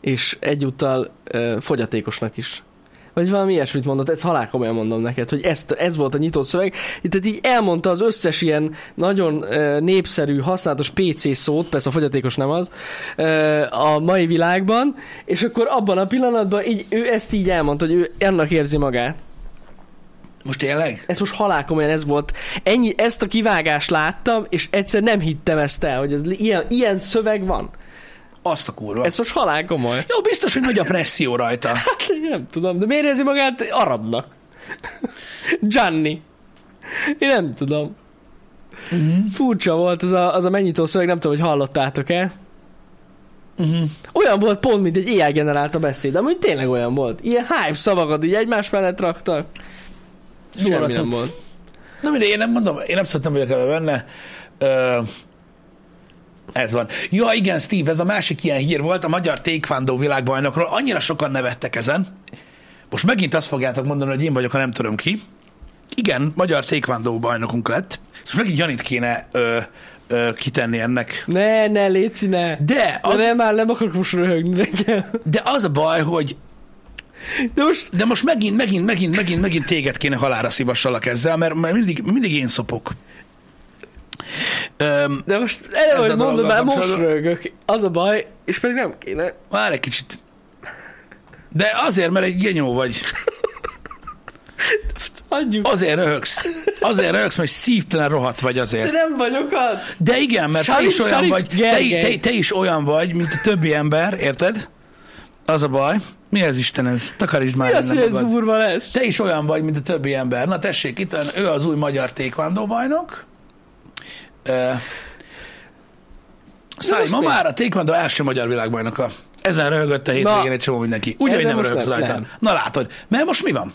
S2: és egyúttal uh, fogyatékosnak is. Vagy valami ilyesmit mondott, ez halál komolyan mondom neked, hogy ezt, ez volt a nyitó szöveg. Itt tehát így elmondta az összes ilyen nagyon ö, népszerű, használatos PC szót, persze a fogyatékos nem az, ö, a mai világban, és akkor abban a pillanatban így, ő ezt így elmondta, hogy ő ennek érzi magát.
S1: Most tényleg?
S2: Ez most halál komolyan ez volt. Ennyi, ezt a kivágást láttam, és egyszer nem hittem ezt el, hogy ez li- ilyen, ilyen szöveg van.
S1: Azt a kurva.
S2: Ez most halál komoly.
S1: Jó, biztos, hogy nagy a presszió rajta.
S2: Hát nem tudom, de miért érzi magát arabnak? Gianni. Én nem tudom.
S1: Mhm.
S2: Uh-huh. Furcsa volt az a, az a mennyitó szöveg, nem tudom, hogy hallottátok-e.
S1: Uh-huh.
S2: Olyan volt pont, mint egy AI generálta beszéd, amúgy tényleg olyan volt. Ilyen hype szavakat így egymás mellett raktak.
S1: Durva
S2: Semmi nem
S1: cucc.
S2: volt.
S1: Na mindegy, én nem mondom, én abszolút nem vagyok ebben benne. Ö, ez van. Ja, igen, Steve, ez a másik ilyen hír volt a magyar tékvándó világbajnokról. Annyira sokan nevettek ezen. Most megint azt fogjátok mondani, hogy én vagyok, ha nem tudom ki. Igen, magyar tékvándó bajnokunk lett. Most megint Janit kéne ö, ö, kitenni ennek.
S2: Ne, ne, Léci, ne.
S1: De,
S2: De
S1: a,
S2: nem, már nem akarok most röhögni nekem.
S1: de az a baj, hogy
S2: De most
S1: de most megint, megint, megint, megint, megint téged kéne halára szívassalak ezzel, mert, mert mindig, mindig én szopok. Öm,
S2: De most eleve,
S1: Ezzel
S2: hogy mondom,
S1: dologgal
S2: már most
S1: kapcsolatban.
S2: rögök. Az a baj, és pedig nem kéne.
S1: Várj egy kicsit. De azért, mert egy genyó vagy.
S2: Adjuk.
S1: Azért röhögsz. Azért röhögsz, mert szívtelen rohadt vagy
S2: De
S1: azért.
S2: nem vagyok az.
S1: De igen, mert te
S2: Sarif-
S1: is olyan
S2: Sarif
S1: vagy, te,
S2: Gergely.
S1: te, te is olyan vagy, mint a többi ember, érted? Az a baj. Mi ez Isten ez? Takarítsd már
S2: Mi az, hogy
S1: innen
S2: ez
S1: magad.
S2: durva lesz?
S1: Te is olyan vagy, mint a többi ember. Na tessék, itt van- ő az új magyar tékvándó bajnok. Uh, Száj,
S2: most
S1: ma
S2: mi?
S1: már a tékvándó első magyar világbajnoka. Ezen röhögött a hétvégén egy csomó mindenki. Úgy, hogy
S2: ezen
S1: nem
S2: most
S1: röhögsz
S2: nem,
S1: rajta.
S2: nem.
S1: Na látod, mert most mi van?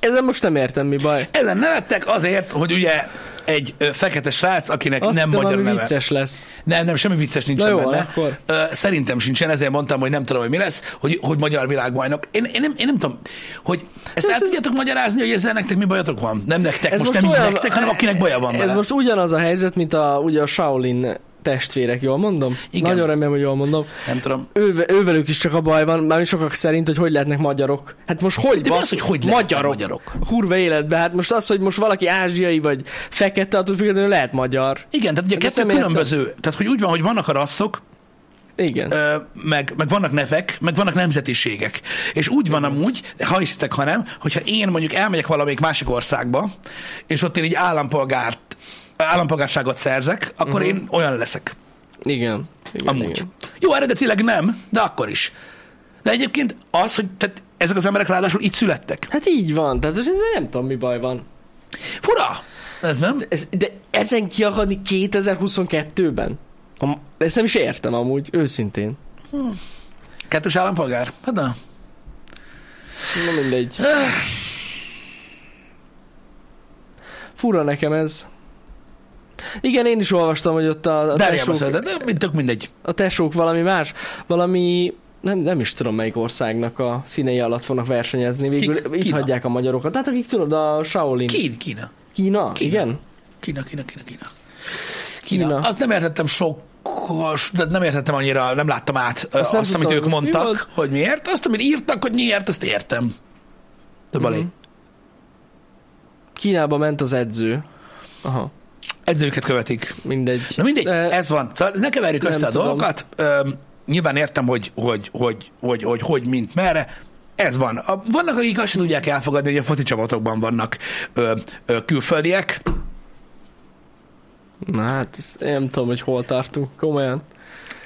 S2: Ezen most nem értem, mi baj.
S1: Ezen nevettek azért, hogy ugye egy ö, fekete srác, akinek
S2: Azt
S1: nem
S2: hittem,
S1: magyar
S2: ami
S1: neve.
S2: vicces lesz.
S1: Nem, nem, semmi vicces nincsen
S2: Na jó,
S1: benne.
S2: akkor.
S1: Ö, Szerintem sincsen, ezért mondtam, hogy nem tudom, hogy mi lesz, hogy, hogy magyar világbajnok. Én, én, nem, én nem tudom, hogy ezt el
S2: ez-
S1: tudjátok magyarázni, hogy ezzel nektek mi bajatok van? Nem nektek,
S2: Ez
S1: most,
S2: most
S1: nem
S2: olyan-
S1: nektek, hanem akinek baja van
S2: Ez
S1: vele.
S2: most ugyanaz a helyzet, mint a, ugye a Shaolin testvérek, jól mondom?
S1: Igen.
S2: Nagyon remélem, hogy jól mondom.
S1: Nem tudom.
S2: Őve, ővelük is csak a baj van, már sokak szerint, hogy hogy lehetnek magyarok. Hát most hogy
S1: De mi
S2: basz-
S1: az, hogy hogy lehetnek
S2: magyarok?
S1: magyarok?
S2: Hurva életbe, hát most az, hogy most valaki ázsiai vagy fekete, attól függetlenül lehet magyar.
S1: Igen, tehát ugye
S2: Hát ezt
S1: kettő
S2: nem értem.
S1: különböző. Tehát, hogy úgy van, hogy vannak a rasszok,
S2: Igen.
S1: ö, meg, meg vannak nevek, meg vannak nemzetiségek. És úgy van amúgy, ha hisztek, ha nem, hogyha én mondjuk elmegyek valamelyik másik országba, és ott én így állampolgárt, állampolgárságot szerzek, akkor
S2: Mhm.
S1: uh-huh. én olyan leszek.
S2: Igen. igen
S1: Amúgy.
S2: Igen.
S1: Jó, eredetileg nem, de akkor is. De egyébként az, hogy tehát ezek az emberek ráadásul itt születtek.
S2: Hát így van, tehát ez nem tudom, mi baj van.
S1: Fura! Ez nem?
S2: Ez, de ezen kiakadni 2022-ben? Ha- Ezt nem is értem amúgy, őszintén.
S1: Kettős állampolgár? Hát na.
S2: Na mindegy. Fura nekem ez. Igen, én is olvastam, hogy ott a, a,
S1: Daniel
S2: tesók,
S1: Bassett, de nem, mind- tök mindegy.
S2: a tesók valami más, valami nem, nem is tudom melyik országnak a színei alatt fognak versenyezni. Végül
S1: Ki-
S2: itt
S1: Kína.
S2: hagyják a magyarokat. Tehát akik tudod, a Shaolin.
S1: Kín, Kína.
S2: Kína?
S1: Kína.
S2: Igen?
S1: Kína, Kína, Kína, Kína. Kína.
S2: Kína.
S1: Azt nem értettem sokkos, de nem értettem annyira, nem láttam át azt,
S2: nem
S1: azt amit
S2: tudtam,
S1: ők
S2: hogy mi
S1: mondtak,
S2: volt.
S1: hogy miért. Azt, amit írtak, hogy miért, azt értem. De balé.
S2: Mhm. Kínába ment az edző. Aha,
S1: Edzőket követik.
S2: mindegy.
S1: Na mindegy,
S2: Eh,
S1: ez van. Szóval ne keverjük
S2: nem
S1: össze a
S2: tudom.
S1: dolgokat. Öm, nyilván értem, hogy hogy, hogy, hogy, hogy, hogy, mint, merre. Ez van. A, vannak, akik azt sem tudják elfogadni, hogy a foci csapatokban vannak ö, ö, külföldiek.
S2: Na hát, ezt nem tudom, hogy hol tartunk, komolyan.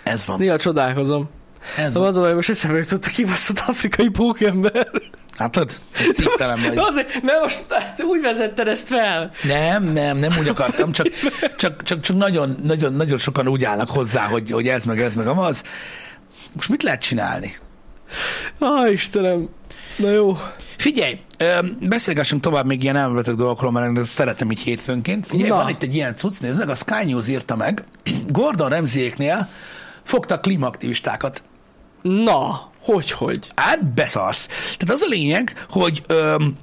S1: Ez van.
S2: Néha csodálkozom.
S1: Ez
S2: De
S1: van.
S2: az a baj, most egyszerűen jutott a kibaszott afrikai pókember.
S1: Látod? Szívtelen vagy.
S2: Azért, mert most hát, úgy vezetted ezt fel.
S1: Nem, nem, nem úgy akartam, csak, csak, csak, csak nagyon, nagyon, nagyon sokan úgy állnak hozzá, hogy, hogy ez meg ez meg amaz. Most mit lehet csinálni?
S2: Á, Istenem. Na jó.
S1: Figyelj, öm, beszélgessünk tovább még ilyen elméletek dolgokról, mert én ezt szeretem így hétfőnként. Figyelj,
S2: Na.
S1: van itt egy ilyen cucc, nézd meg, a Sky News írta meg, Gordon Ramsayéknél fogtak klímaaktivistákat.
S2: Na, hogy hogy?
S1: Hát beszarsz. Tehát az a lényeg, hogy öm,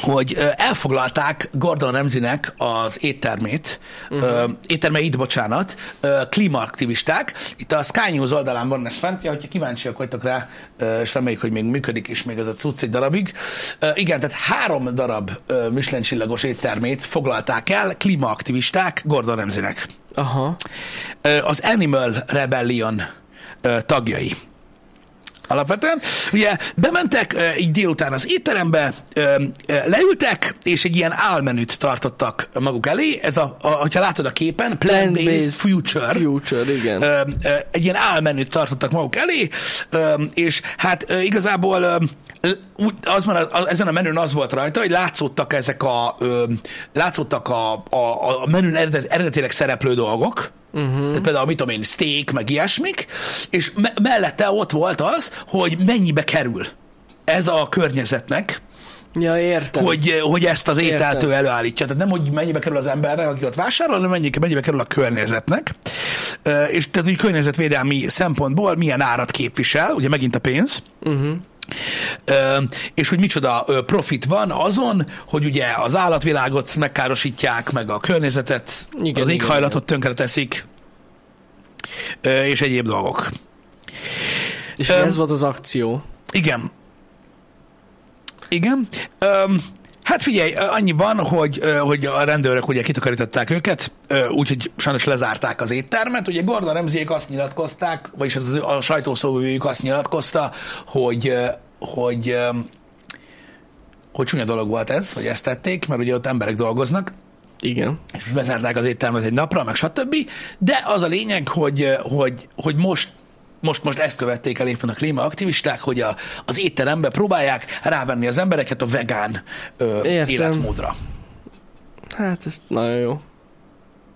S1: hogy ö, elfoglalták Gordon Ramsaynek az éttermét, uh-huh. éttermeit, bocsánat, ö, klímaaktivisták. Itt a Sky News oldalán van ez fent, ja, hogyha kíváncsiak vagytok rá, ö, és reméljük, hogy még működik is még ez a cucc egy darabig. Ö, Igen, tehát három darab ö, Michelin csillagos éttermét foglalták el klímaaktivisták Gordon Ramsaynek.
S2: Aha.
S1: Ö, az Animal Rebellion ö, tagjai. Alapvetően, ugye bementek ö, így délután az étterembe, ö, ö, leültek, és egy ilyen álmenüt tartottak maguk elé. Ez a, a hogyha látod a képen, Plant-Based
S2: Plant-based
S1: Future
S2: Future, igen.
S1: ö, ö, egy ilyen álmenüt tartottak maguk elé, ö, és hát ö, igazából ö, l- úgy- az van, a- a- ezen a menün az volt rajta, hogy látszódtak ezek a, ö, látszódtak a, a, a menün eredet, eredetileg szereplő dolgok, Uh-huh. Tehát például, mit tudom én, steak, meg ilyesmik, és me- mellette ott volt az, hogy mennyibe kerül ez a környezetnek,
S2: ja, értem.
S1: hogy, hogy ezt az ételt
S2: Értem.
S1: ő előállítja. Tehát nem, hogy mennyibe kerül az embernek, aki ott vásárol, hanem mennyi, mennyibe kerül a környezetnek. Ö, És tehát, hogy környezetvédelmi szempontból milyen árat képvisel, ugye megint a pénz.
S2: Uh-huh.
S1: Ö, és hogy micsoda ö, profit van azon, hogy ugye az állatvilágot megkárosítják, meg a környezetet,
S2: Igen,
S1: az
S2: igen,
S1: éghajlatot tönkre teszik, ö, és egyéb dolgok.
S2: És
S1: Öm.
S2: ez volt az akció.
S1: Igen. Igen. Öm, hát figyelj, ö, annyi van, hogy, ö, hogy a rendőrök ugye kitakarították őket, ö, úgyhogy sajnos lezárták az éttermet. Ugye Gordon Ramsayék azt nyilatkozták, vagyis az, az- a sajtószóvőjük azt nyilatkozta, hogy, ö, hogy, ö, hogy csúnya dolog volt ez, hogy ezt tették, mert ugye ott emberek dolgoznak,
S2: Igen.
S1: és most bezárták az éttermet egy napra, meg stb. De az a lényeg, hogy, eh, hogy, hogy most most, most ezt követték el éppen a klímaaktivisták, hogy a, az étterembe próbálják rávenni az embereket a vegán ö,
S2: Értem.
S1: életmódra.
S2: Hát ez nagyon jó.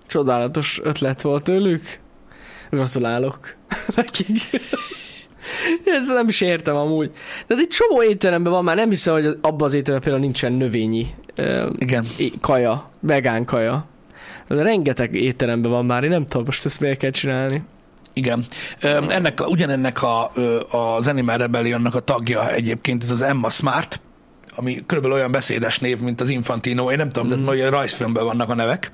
S2: Csodálatos ötlet volt tőlük. Gratulálok. nekik. Ezt nem is értem amúgy. De egy csomó étteremben van már, nem hiszem, hogy abban az étteremben például nincsen növényi ö,
S1: Igen.
S2: é- kaja, vegán kaja. De rengeteg étteremben van már, én nem tudom most ezt miért kell csinálni.
S1: Igen. Ö, ennek, a- ugyanennek a, ö, az Animal Rebellionnak a tagja egyébként, ez az Emma Smart, ami körülbelül olyan beszédes név, mint az Infantino, én nem tudom, mm. de olyan rajzfilmben vannak a nevek.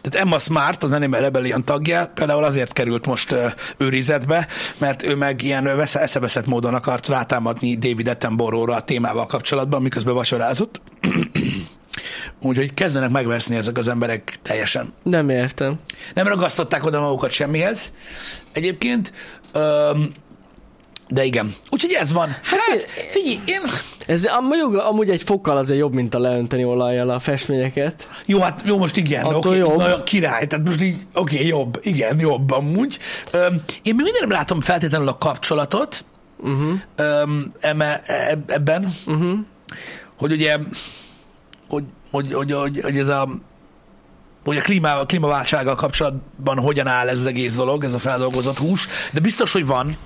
S1: Tehát Emma Smart, az Animal Rebellion tagja, például azért került most ö, őrizetbe, mert ő meg ilyen ö, vesze- eszeveszett módon akart rátámadni David Attenborough-ra a témával kapcsolatban, miközben vacsorázott. Úgyhogy kezdenek megveszni ezek az emberek teljesen
S2: Nem értem.
S1: nem ragasztották oda magukat semmihez egyébként, öm, de igen. Úgyhogy ez van. Hát, figyelj, én...
S2: Ez amúgy, amúgy egy fokkal azért jobb, mint a leönteni olajjal a festményeket.
S1: Jó, hát jó, most igen.
S2: Attól
S1: Oké,
S2: jobb.
S1: nagyon király, tehát most így, oké, jobb, igen, jobb amúgy. Öm, én még mindig nem látom feltétlenül a kapcsolatot
S2: Uh-huh.
S1: öm, eme, eb- ebben,
S2: Uh-huh.
S1: hogy ugye, hogy, hogy, hogy, hogy, hogy ez a hogy a klíma, a klímaválsággal kapcsolatban hogyan áll ez az egész dolog, ez a feldolgozott hús, de biztos, hogy van,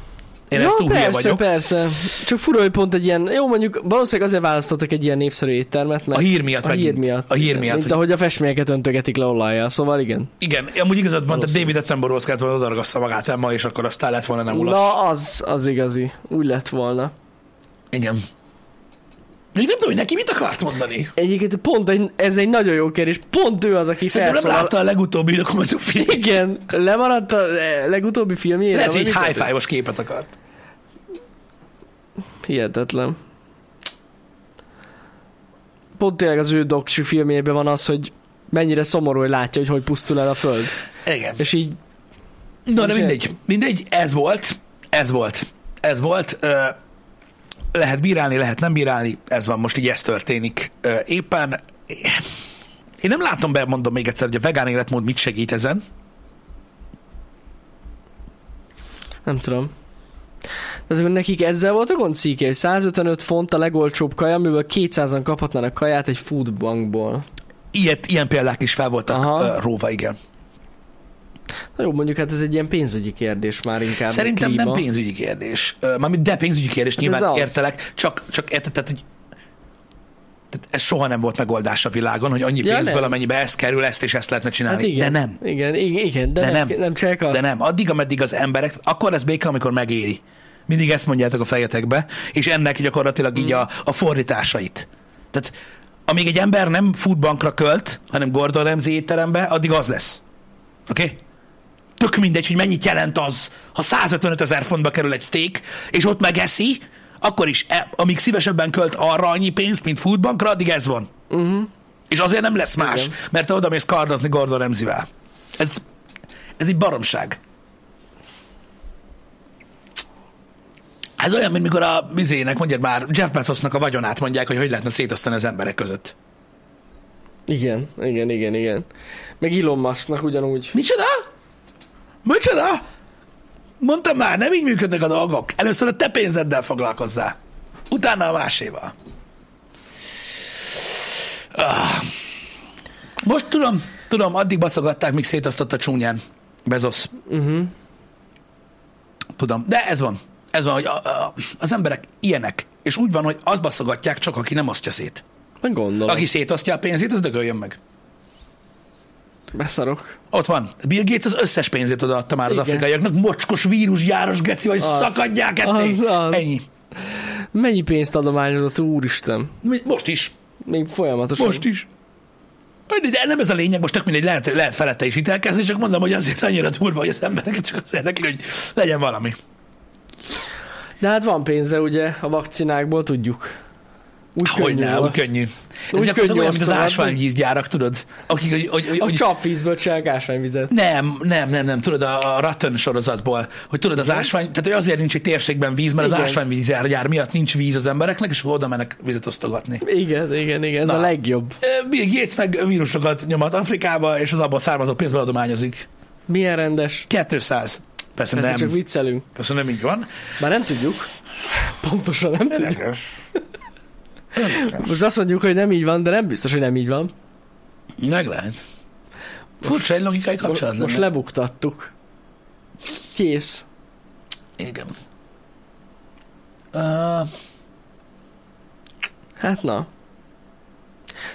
S1: Én ja, ezt túl hülye
S2: persze,
S1: vagyok.
S2: persze. Csak fura, hogy pont egy ilyen, jó mondjuk valószínűleg azért választottak egy ilyen népszerű éttermet, mert
S1: A hír miatt
S2: a hír
S1: megint.
S2: miatt.
S1: A hír
S2: igen.
S1: miatt,
S2: Mint
S1: hogy-
S2: ahogy a festményeket öntögetik le olajjal, szóval igen.
S1: Igen, amúgy igazad van, tehát David Attenborough-hoz kellett volna odaragassza magát el ma, és akkor aztán lett volna nem ulas.
S2: Na, az, az igazi. Úgy lett volna.
S1: Igen. Még nem tudom, hogy neki mit akart mondani.
S2: Egyébként pont egy, ez egy nagyon jó kérdés. Pont ő az, aki
S1: Szerintem nem
S2: felszólal.
S1: látta a legutóbbi dokumentumfilmet.
S2: Igen, lemaradt a eh, legutóbbi filmjére.
S1: Lehet, hogy
S2: vagy
S1: egy
S2: mit?
S1: high five képet akart.
S2: Hihetetlen. Pont tényleg az ő doksi filmjében van az, hogy mennyire szomorú, hogy látja, hogy hogy pusztul el a föld.
S1: Igen.
S2: És így
S1: Na, de
S2: Nincs
S1: mindegy. Mindegy, ez volt. Ez volt. Ez volt. Ö, lehet bírálni, lehet nem bírálni. Ez van, most így ez történik. Ö, éppen... Én nem látom be, mondom még egyszer, hogy a vegán életmód mit segít ezen.
S2: Nem tudom. Tehát akkor nekik ezzel volt a gond cikke, hogy 155 font a legolcsóbb kaja, amiből 200-an kaphatnának kaját egy foodbankból.
S1: Ilyet, ilyen példák is fel voltak
S2: Aha.
S1: Aha. róva, igen.
S2: Na jó, mondjuk hát ez egy ilyen pénzügyi kérdés már inkább.
S1: Szerintem
S2: klíma.
S1: nem pénzügyi kérdés. Ö, Mármint de pénzügyi kérdés, nyilván
S2: Hát ez az.
S1: értelek, csak, csak érted, tehát, hogy tehát ez soha nem volt megoldás a világon, hogy annyi
S2: Ja,
S1: pénzből,
S2: nem.
S1: amennyibe ez kerül, ezt és ezt lehetne
S2: Hát
S1: csinálni.
S2: igen.
S1: De nem.
S2: Igen, igen, igen de,
S1: De
S2: de nem,
S1: nem.
S2: nem, csak azt.
S1: De nem. Addig, ameddig az emberek, akkor lesz béke, amikor megéri. Mindig ezt mondjátok a fejetekbe, és ennek gyakorlatilag így a, a fordításait. Tehát amíg egy ember nem foodbankra költ, hanem Gordon Ramsay étterembe, addig az lesz. Oké? Okay? Tök mindegy, hogy mennyit jelent az, ha 155 ezer fontba kerül egy steak, és ott megeszi, akkor is, e, amíg szívesebben költ arra annyi pénzt, mint foodbankra, addig ez van.
S2: Uh-huh.
S1: És azért nem lesz más, Igen.
S2: Igen.
S1: mert te oda mész kardozni Gordon Ramsay-vel. Ez, ez egy baromság. Ez olyan, mint mikor a bizének, mondjad már, Jeff Bezosnak a vagyonát mondják, hogy hogy lehetne szétosztani az emberek között.
S2: Igen, igen, igen, igen. Meg Elon Musknak ugyanúgy.
S1: Micsoda? Micsoda? Mondtam már, nem így működnek a dolgok. Először a te pénzeddel foglalkozzál. Utána a máséval. Ah. Most tudom, tudom, addig baszogatták, míg szétosztott a csúnyán. Bezos.
S2: Uh-huh.
S1: Tudom, de ez van. Ez van, hogy a, a, az emberek ilyenek. És úgy van, hogy azt baszogatják csak, aki nem osztja szét.
S2: Meg gondolom.
S1: Aki szétosztja a pénzét, az dögöljön meg.
S2: Beszarok.
S1: Ott van. Bill Gates az összes pénzét odaadta már az
S2: Igen.
S1: afrikaiaknak. Mocskos vírus, járos geci, vagy
S2: Az.
S1: szakadják ketté.
S2: Az, az.
S1: Ennyi.
S2: Mennyi pénzt adományozott, úristen.
S1: Mi- Most is.
S2: Még folyamatosan.
S1: Most is. De nem ez a lényeg, most tök mindegy, lehet, lehet felette is hitelkezni, csak mondom, hogy azért annyira durva, hogy az emberek csak az érdekli, hogy legyen valami.
S2: De hát van pénze ugye a vakcinákból, tudjuk. Úgy
S1: Hogy
S2: könnyű
S1: ne,
S2: volt.
S1: úgy könnyű. Ez
S2: Úgy
S1: gyakorlatilag
S2: könnyű
S1: olyan, mint az
S2: osztogatni.
S1: ásványvízgyárak, tudod? Akik, hogy, hogy, hogy,
S2: A
S1: hogy
S2: csapvízből csinálják ásványvizet.
S1: Nem, nem, nem, nem, tudod, a a Ratten sorozatból, hogy tudod, az ásvány, tehát hogy azért nincs egy térségben víz, mert az
S2: Igen.
S1: ásványvízgyár miatt nincs víz az embereknek, és akkor oda mennek vizet osztogatni.
S2: Igen, igen, igen, ez
S1: Na.
S2: a legjobb.
S1: Ö, Bill Gates meg vírusokat nyomat Afrikába, és az abból származó pénzből adományozik.
S2: Milyen rendes.
S1: 200. Persze,
S2: Persze
S1: nem.
S2: csak viccelünk.
S1: Persze nem így van.
S2: Már nem tudjuk. Pontosan nem tudjuk.
S1: Érdekes.
S2: Most azt mondjuk, hogy nem így van, de nem biztos, hogy nem így van.
S1: Meg lehet. Furcsa egy logikai kapcsolat
S2: Mo- Most
S1: lenne.
S2: lebuktattuk. Kész.
S1: Igen. Uh,
S2: Hát na.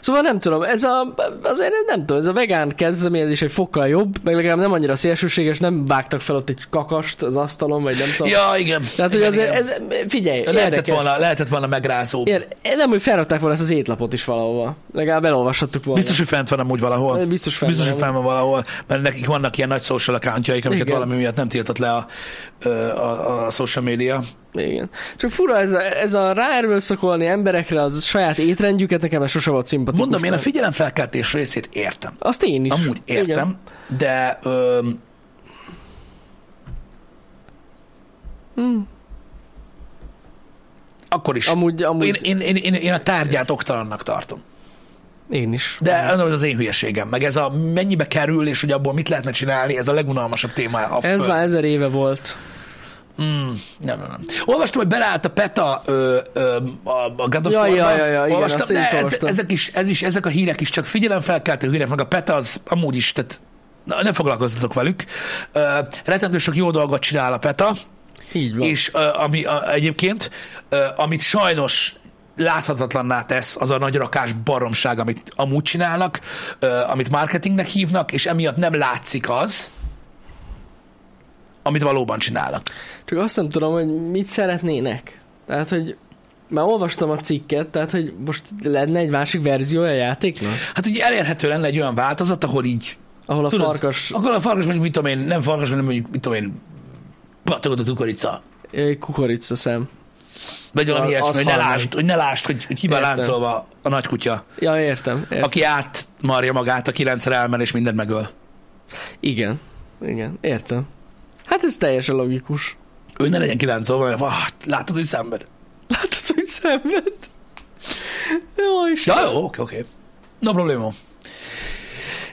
S2: Szóval nem tudom, ez a, azért nem tudom, ez a vegán kezdeményezés egy fokkal jobb, meg legalább nem annyira szélsőséges, nem vágtak fel ott egy kakast az asztalon, vagy nem tudom.
S1: ja, igen.
S2: Tehát, hogy
S1: Igen,
S2: azért,
S1: igen.
S2: ez, figyelj,
S1: lehetett,
S2: érdekes.
S1: volna, lehetett volna megrázóbb.
S2: Ér, nem, hogy felrakták volna ezt az étlapot is valahova. Legalább elolvashattuk volna.
S1: Biztos, hogy fent van amúgy valahol.
S2: Eh, biztos fent
S1: Biztos,
S2: van
S1: hogy fent van valahol, mert nekik vannak ilyen nagy social accountjaik, amiket
S2: Igen.
S1: valami miatt nem tiltott le a, ö, a, a social media.
S2: Igen. Csak fura ez a, ez a ráerőszakolni emberekre az saját étrendjüket, nekem ez sose volt szimpatikus.
S1: Mondom, én a
S2: mert-
S1: figyelemfelkeltés részét értem.
S2: Azt én is.
S1: Amúgy értem,
S2: Igen.
S1: de ö,
S2: Hm.
S1: akkor is.
S2: Amúgy, amúgy
S1: Én,
S2: én,
S1: én, én, én, én a tárgyát oktalannak tartom.
S2: én is.
S1: De mondom, ez az én hülyeségem. Meg ez a mennyibe kerül, és hogy abból mit lehetne csinálni, ez a legunalmasabb téma. A
S2: Ez
S1: föld.
S2: már ezer éve volt.
S1: Mm, nem, nem, nem. Olvastam, hogy beleállt a PETA ö, ö, a, a God of
S2: Ja,
S1: War-ba.
S2: ja, ja, ja, igen,
S1: olvastam,
S2: azt én
S1: de
S2: is
S1: ez,
S2: olvastam.
S1: ezek, is, ez is, ezek a hírek is csak figyelemfelkeltő hírek, meg a PETA az amúgy is, tehát na, ne foglalkozzatok velük. Ö, rettentő sok jó dolgot csinál a PETA,
S2: Így van.
S1: És ö, ami a, egyébként, ö, amit sajnos láthatatlanná tesz az a nagy rakás baromság, amit amúgy csinálnak, ö, amit marketingnek hívnak, és emiatt nem látszik az, amit valóban csinálnak.
S2: Csak azt nem tudom, hogy mit szeretnének. Tehát, hogy már olvastam a cikket, tehát, hogy most lenne egy másik verziója a játéknak,
S1: Hát ugye elérhető lenne egy olyan változat, ahol így
S2: ahol a
S1: Tudod,
S2: farkas
S1: Akkor a farkas mondjuk, mit tudom én, nem farkas, hanem mondjuk, mit tudom én, patogott a kukorica.
S2: ö, kukorica szem.
S1: Vagy valami
S2: Az-
S1: ilyesmi,
S2: az
S1: hogy ne,
S2: hallani.
S1: lásd, hogy ne lásd, hogy, hogy ki van
S2: Értem.
S1: láncolva a nagy kutya,
S2: Ja, értem. értem.
S1: aki átmarja magát a kilencszer elmen és mindent megöl.
S2: Igen. Igen, értem. Hát ez teljesen logikus.
S1: Ő ne legyen kiláncolva, mert ah, látod, hogy szenved.
S2: Látod, hogy szenved? Jó, Isten.
S1: Ja, jó, oké, oké. No probléma.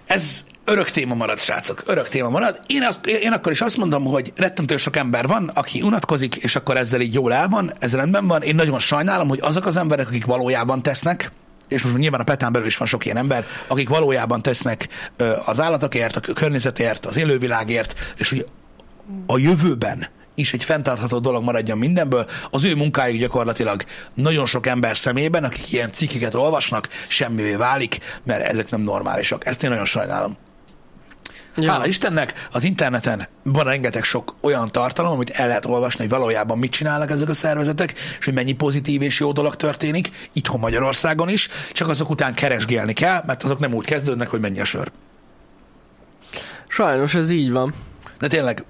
S1: Ez örök téma marad, srácok. Örök téma marad. Én, azt, én akkor is azt mondom, hogy rettentő sok ember van, aki unatkozik, és akkor ezzel így jól el van, ez rendben van. Én nagyon sajnálom, hogy azok az emberek, akik valójában tesznek, és most nyilván a petán belül is van sok ilyen ember, akik valójában tesznek ö, az állatokért, a környezetért, az élővilágért, és hogy a jövőben is egy fenntartható dolog maradjon mindenből, az ő munkájuk gyakorlatilag nagyon sok ember szemében, akik ilyen cikkeket olvasnak, semmivé válik, mert ezek nem normálisak. Ezt én nagyon sajnálom. Ja. Hála Istennek, az interneten van rengeteg sok olyan tartalom, amit el lehet olvasni, hogy valójában mit csinálnak ezek a szervezetek, és hogy mennyi pozitív és jó dolog történik, itthon Magyarországon is, csak azok után keresgélni kell, mert azok nem úgy kezdődnek, hogy mennyi a sör.
S2: Sajnos ez így van.
S1: De tényleg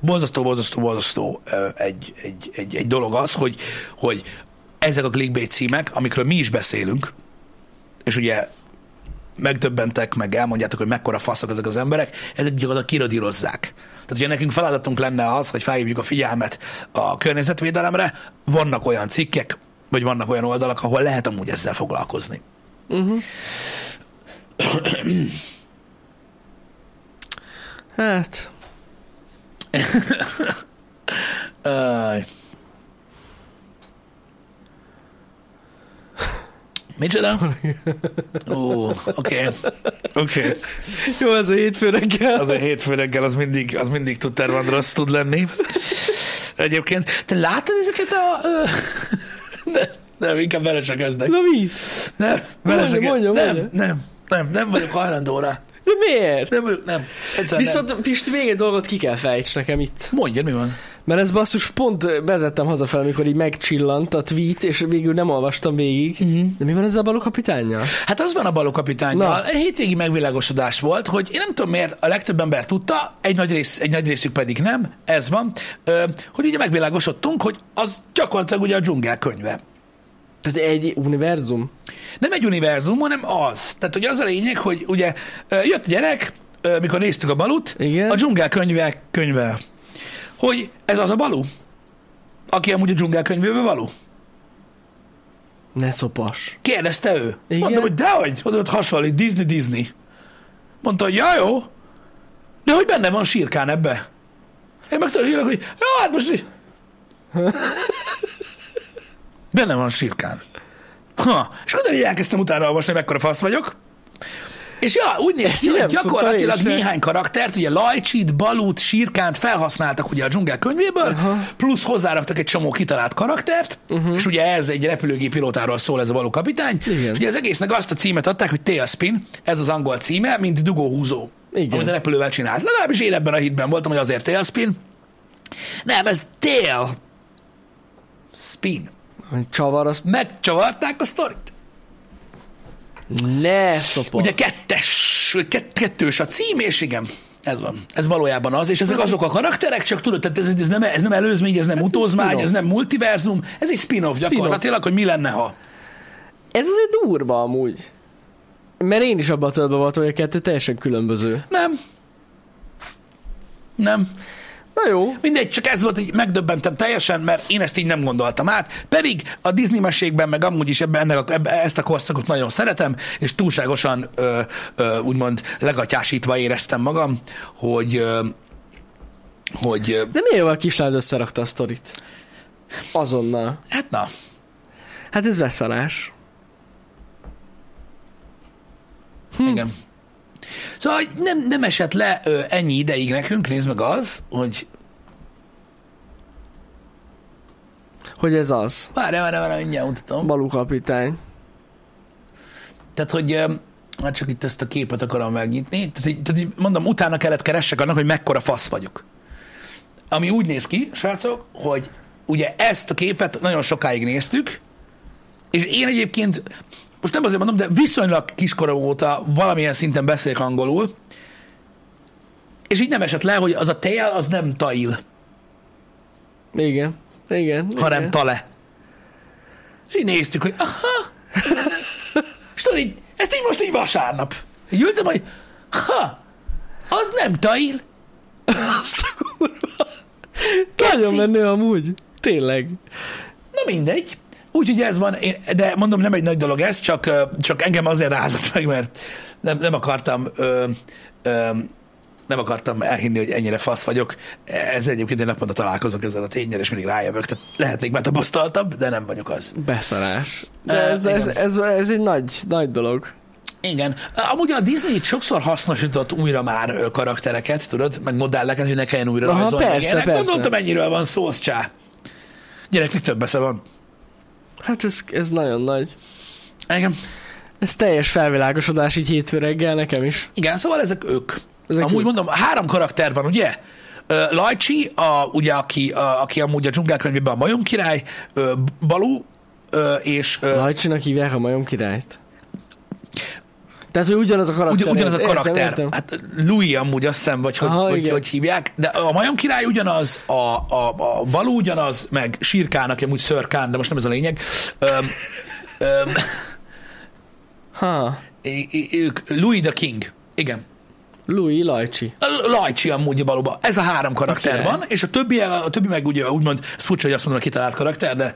S1: borzasztó, borzasztó, borzasztó ö, egy, egy, egy, egy dolog az, hogy, hogy ezek a clickbait címek, amikről mi is beszélünk, és ugye megdöbbentek, meg elmondjátok, hogy mekkora faszok ezek az emberek, ezek gyakorlatilag kiradírozzák. Tehát ugye nekünk feladatunk lenne az, hogy felhívjuk a figyelmet a környezetvédelemre, vannak olyan cikkek, vagy vannak olyan oldalak, ahol lehet amúgy ezzel foglalkozni.
S2: Uh-huh. Hát,
S1: Aj. Micsoda? Ó, oké. Oké.
S2: jó, ez a hétfő reggel.
S1: Az a hétfő reggel az mindig, az mindig tud tervan rossz tud lenni. Egyébként, te látod ezeket a... ö, Nem, nem inkább vele csak eznek.
S2: Na mi?
S1: Nem, vele csak
S2: Mondja, mondja,
S1: Nem,
S2: mondja.
S1: nem, nem, nem vagyok hajlandó rá.
S2: De miért?
S1: Nem vagyok, nem. Egyszerűen Viszont...
S2: Viszont Pisti, még egy dolgot ki kell fejts nekem itt.
S1: nem. Mondja, mi van?
S2: Mert ez basszus, pont vezettem hazafelé, amikor így megcsillant a tweet, és végül nem olvastam végig. Uh-huh. De mi van ezzel a baló kapitánnyal?
S1: Hát az van a baló kapitánynal.
S2: Na.
S1: Egy hétvégi megvilágosodás volt, hogy én nem tudom miért, a legtöbb ember tudta, egy nagy, rész, egy nagy részük pedig nem, ez van, ö, hogy ugye megvilágosodtunk, hogy az gyakorlatilag ugye a dzsungel könyve.
S2: Tehát egy univerzum.
S1: Nem egy univerzum, hanem az. Tehát, hogy az a lényeg, hogy ugye ö, jött a gyerek, ö, mikor néztük a balut,
S2: Igen.
S1: a dzsungel könyve, könyve, hogy ez az a balú, aki amúgy a dzsungel könyvéből való.
S2: Ne szopas.
S1: Kérdezte ő. És
S2: Igen?
S1: mondtam, hogy dehogy, mondom, hogy hasonlít, Disney, Disney. Mondta, hogy ja, jó, de hogy benne van sírkán ebbe. Én meg tudom, hogy jó, hát most... í- benne van sírkán. Ha, és akkor így elkezdtem utána olvasni, hogy mekkora fasz vagyok. És ja, úgy néz ki,
S2: Ezt
S1: hogy
S2: nem tudtam
S1: gyakorlatilag
S2: én sem.
S1: néhány karaktert, ugye Lajcsit, Balút, Sírkánt felhasználtak ugye a dzsungel könyvéből, Aha. plusz hozzáraktak egy csomó kitalált karaktert, uh-huh. és ugye ez egy repülőgép pilótáról szól ez a való kapitány,
S2: Mhm. Igen.
S1: és ugye az egésznek azt a címet adták, hogy Tailspin, ez az angol címe, mint dugóhúzó,
S2: Igen.
S1: amit a repülővel csinálsz. Legalábbis én ebben a hitben voltam, hogy azért Tailspin. Nem, ez Tail Spin.
S2: Csavar azt.
S1: Megcsavarták a sztorit.
S2: Ne szopas.
S1: Ugye kettes, kett, kettős a cím, és igen, ez van. Ez valójában az, és ezek azok a karakterek, csak tudod, tehát ez, ez, nem, ez nem előzmény, ez nem utózmány,
S2: spin-off.
S1: ez nem multiverzum, ez egy spin-off
S2: Spin-off.
S1: gyakorlatilag, hogy mi lenne, ha.
S2: Ez azért durva amúgy. Mert én is abban a tudatban voltam, hogy a kettő teljesen különböző.
S1: Nem. Nem.
S2: Na jó.
S1: Mindegy, csak ez volt, hogy megdöbbentem teljesen, mert én ezt így nem gondoltam át. Pedig a Disney mesékben, meg amúgy is ebben, ennek a, ebbe, ezt a korszakot nagyon szeretem, és túlságosan ö, ö, úgymond legatyásítva éreztem magam, hogy ö, hogy ö,
S2: De miért a kislány összerakta a sztorit? Azonnal.
S1: hát na,
S2: Hát ez beszalás.
S1: Hm. Igen. Szóval hogy nem, nem esett le ö, ennyi ideig nekünk, nézd meg az, hogy
S2: hogy ez az.
S1: Várj, várj, várj, mindjárt mutatom.
S2: Balú kapitány.
S1: Tehát, hogy öm, hát csak itt ezt a képet akarom megnyitni. Tehát, így- tehát így mondom, utána kellett keressek annak, hogy mekkora fasz vagyok. Ami úgy néz ki, srácok, hogy ugye ezt a képet nagyon sokáig néztük, és én egyébként, most nem azért mondom, de viszonylag kiskorom óta valamilyen szinten beszélek angolul, és így nem esett le, hogy az a tail, az nem tail,
S2: Igen. Igen.
S1: hanem
S2: igen.
S1: tale. És így néztük, hogy aha, és tudod, így, ezt így most így vasárnap. Így ültem, hogy ha, az nem tail,
S2: Azt a kurva. Nagyon
S1: Keci.
S2: menő amúgy. Tényleg.
S1: na mindegy. Úgyhogy ez van, én, de mondom, nem egy nagy dolog ez, csak, ö, csak engem azért rázott meg, mert nem, nem akartam ö, ö, nem akartam elhinni, hogy ennyire fasz vagyok. Ez egyébként én naponta találkozok ezzel a tényel, és mindig rájövök. Tehát lehetnék már tapasztaltabb, de nem vagyok az.
S2: Beszarás. Eh,
S1: Ö,
S2: De ez, de ez,
S1: igen.
S2: ez, ez egy nagy, nagy dolog.
S1: Igen. Amúgy a Disney itt sokszor hasznosított újra már ö, karaktereket, tudod, meg modelleket, hogy ne kelljen újra
S2: Aha,
S1: rajzolni.
S2: persze,
S1: Ilyenek.
S2: persze.
S1: Gondoltam, ennyiről van szó, az csá. Gyereknek több esze van.
S2: Hát ez, ez nagyon nagy.
S1: Igen.
S2: Ez teljes felvilágosodás így hétfő reggel nekem is.
S1: Igen, szóval ezek ők. Ezek
S2: Ezek
S1: amúgy ők.
S2: ők.
S1: mondom, három karakter van, ugye? Ö, Lajcsi, a, ugye, aki, a, aki amúgy a dzsungelkönyvében a majom király, ö, Balú, ö, és ö,
S2: Lajcsinak hívják a majom királyt. Tehát, hogy ugyanaz a
S1: ugy,
S2: karakter.
S1: ugyanaz a
S2: értem,
S1: karakter.
S2: értem.
S1: Hát Louis amúgy azt hiszem, vagy hogy,
S2: Aha,
S1: hogy,
S2: igen.
S1: hogy hívják, de a majom király ugyanaz, a, a, a Balú ugyanaz, meg Sirkán, aki amúgy Szörkán, de most nem ez a lényeg. Öm, öm,
S2: Ha,
S1: i- i- ők, Louis the King. Igen.
S2: Louis Lajcsi.
S1: A Lajcsi amúgy valóban. Ez a három karakter
S2: Oké.
S1: van, és a többi, a többi meg ugye úgymond, ez furcsa, hogy azt mondom, hogy kitalált karakter, de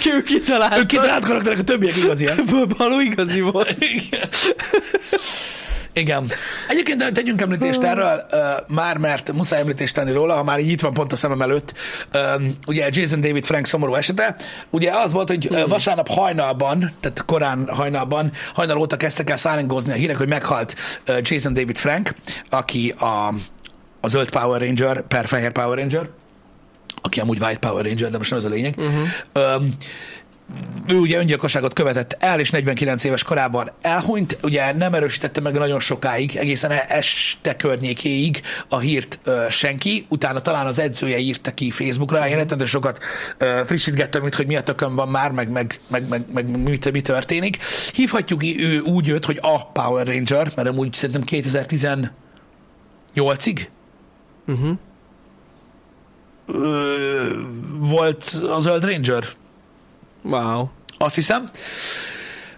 S2: Ki ő kitalálta.
S1: ők kitalált karakterek, a többiek igaziak.
S2: Balú igazi volt.
S1: Igen. Igen. Egyébként de tegyünk említést erről, ö, már mert muszáj említést tenni róla, ha már így itt van pont a szemem előtt, Ö, ugye Jason David Frank szomorú esete, ugye az volt, hogy ö, vasárnap hajnalban, tehát korán hajnalban, hajnal óta kezdtek el szállingozni a hírek, hogy meghalt ö, Jason David Frank, aki a, a zöld Power Ranger per fehér Power Ranger, aki amúgy White Power Ranger, de most nem ez a lényeg. Uh-huh. Um, ő ugye öngyilkosságot követett el, és 49 éves korában elhunyt. Ugye nem erősítette meg nagyon sokáig, egészen este környékéig a hírt ö, senki. Utána talán az edzője írta ki Facebookra. Én rettentő sokat ö, frissítgettem, mint hogy mi a tökön van már, meg, meg, meg, meg, meg, meg mi, mi történik. Hívhatjuk í- ő úgy őt, hogy a Power Ranger, mert amúgy szerintem 2018-ig
S2: Uh-huh.
S1: ö, volt a Zöld Ranger,
S2: Wow.
S1: azt hiszem.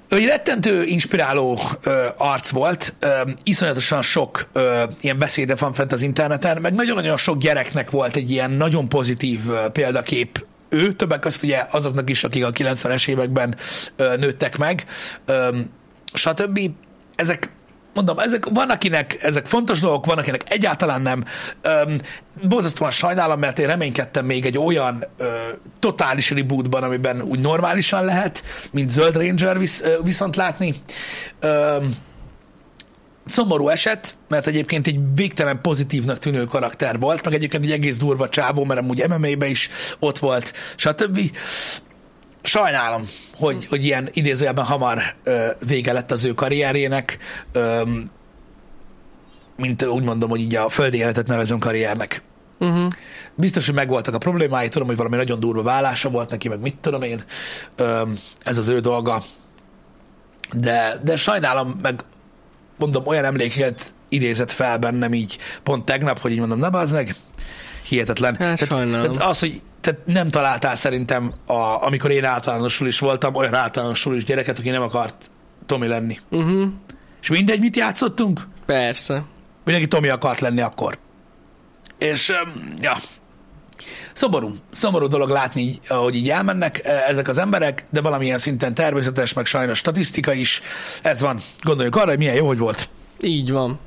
S1: Ő egy rettentő inspiráló ö, arc volt, ö, iszonyatosan sok ö, ilyen beszéde van fent az interneten, meg nagyon-nagyon sok gyereknek volt egy ilyen nagyon pozitív ö, példakép ő, többek között ugye azoknak is, akik a 90-es években ö, nőttek meg, ö, stb. Ezek, mondom, ezek, van akinek ezek fontos dolgok, van akinek egyáltalán nem. Öm, borzasztóan sajnálom, mert én reménykedtem még egy olyan ö, totális rebootban, amiben úgy normálisan lehet, mint Zöld Ranger visz, ö, viszont látni. Öm, szomorú eset, mert egyébként egy végtelen pozitívnak tűnő karakter volt, meg egyébként egy egész durva csávó, mert amúgy MMA-be is ott volt, stb. Sajnálom, hogy, hogy ilyen idézőjelben hamar ö, vége lett az ő karrierjének, ö, mint úgy mondom, hogy így a földi életet nevezem karriernek.
S2: Uh-huh.
S1: Biztos, hogy megvoltak a problémái, tudom, hogy valami nagyon durva vállása volt neki, meg mit tudom én, Ö, ez az ő dolga. De, de sajnálom, meg mondom, olyan emlékeket idézett fel bennem így pont tegnap, hogy így mondom, ne bazd meg, hihetetlen.
S2: Hát sajnálom.
S1: tehát az, hogy tehát nem találtál szerintem, a, amikor én általánosul is voltam, olyan általánosul is gyereket, aki nem akart Tomi lenni.
S2: Uh-huh.
S1: És mindegy, mit játszottunk,
S2: Persze.
S1: mindenki Tomi akart lenni akkor. És, öm, ja, szomorú, szomorú dolog látni, így, ahogy így elmennek eh, ezek az emberek, de valamilyen szinten természetes, meg sajnos statisztika is. Ez van. Gondoljuk arra, hogy milyen jó, hogy volt.
S2: Így van.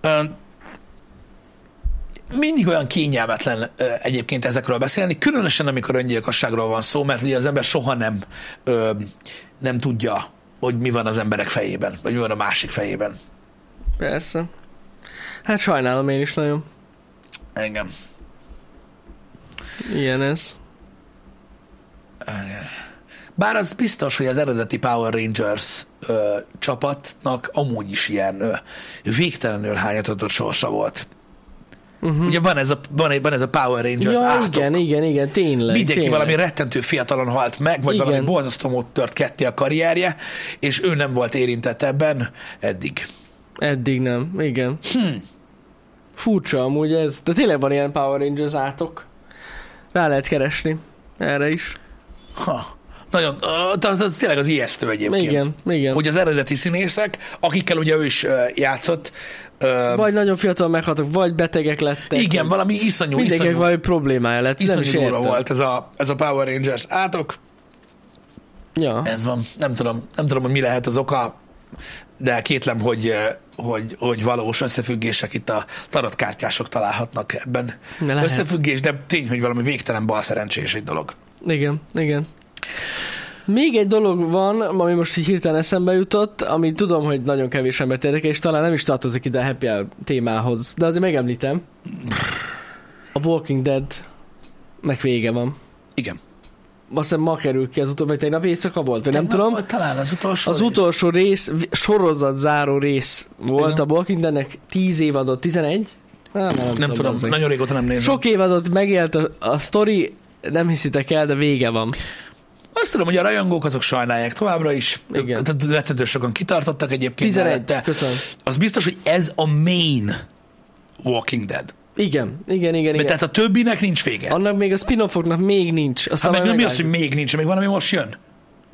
S1: Ö, mindig olyan kényelmetlen ö, egyébként ezekről beszélni, különösen amikor öngyilkosságról van szó, mert ugye az ember soha nem, ö, nem tudja, hogy mi van az emberek fejében, vagy mi van a másik fejében.
S2: Persze. Hát sajnálom én is nagyon.
S1: Engem.
S2: Ilyen ez.
S1: Bár az biztos, hogy az eredeti Power Rangers ö, csapatnak amúgy is ilyen ö, végtelenül hányatott sorsa volt. Uh-huh. Ugye van ez a, van, egy- van ez a Power Rangers
S2: Mhm. Ja,
S1: átok.
S2: igen, igen, igen, tényleg.
S1: Mindenki
S2: tényleg.
S1: valami rettentő fiatalon halt meg, vagy
S2: Igen.
S1: valami borzasztó mód tört ketté a karrierje, és ő nem volt érintett ebben eddig.
S2: Eddig nem, igen.
S1: Hm.
S2: Furcsa amúgy ez, de tényleg van ilyen Power Rangers átok. Rá lehet keresni erre is.
S1: Ha. Nagyon, az, az tényleg az ijesztő egyébként.
S2: Igen, igen.
S1: Hogy az eredeti színészek, akikkel ugye ő is ö, játszott, ö,
S2: Vagy nagyon fiatal meghaltak, vagy betegek lettek.
S1: igen, valami iszonyú,
S2: Mindenkinek
S1: iszonyú
S2: valami problémája lett, nem is
S1: Iszonyú
S2: értem.
S1: durva volt ez a, ez a Power Rangers átok.
S2: Ja.
S1: Ez van. Nem tudom, nem tudom, hogy mi lehet az oka, de kétlem, hogy, eh, hogy, hogy valós összefüggések itt a tarotkártyások találhatnak ebben.
S2: De lehet.
S1: Összefüggés, de tény, hogy valami végtelen bal szerencsés egy dolog.
S2: Igen, igen. Még egy dolog van, ami most így hirtelen eszembe jutott, ami tudom, hogy nagyon kevés embert érdekel, és talán nem is tartozik ide a happy hour témához, de azért megemlítem. A Walking Dead nek vége van.
S1: Igen.
S2: Azt hiszem ma kerül ki az utolsó, vagy tegnap éjszaka volt, vagy nem
S1: Tegnap
S2: tudom.
S1: volt Talán az utolsó.
S2: Az
S1: rész.
S2: utolsó rész, vi- sorozat záró rész volt
S1: Igen.
S2: a Walking Deadnek 10 évadot, 11? Á, nem, nem,
S1: Nem tudom,
S2: bazzeg.
S1: nagyon régóta nem nézem.
S2: Sok évadot megélt a, a sztori, nem hiszitek el, de vége van.
S1: Azt tudom, hogy a rajongók azok sajnálják továbbra is.
S2: Igen.
S1: Tehát Rettentő sokan kitartottak egyébként.
S2: 11,
S1: mellette.
S2: köszönöm.
S1: Az biztos, hogy ez a main Walking Dead.
S2: Igen, igen, igen, igen.
S1: Tehát a többinek nincs vége.
S2: Annak még a spin-offoknak még nincs.
S1: Hát
S2: Aztán
S1: meg
S2: majd
S1: mi az, hogy
S2: meglátjuk.
S1: még nincs, még van, ami most jön?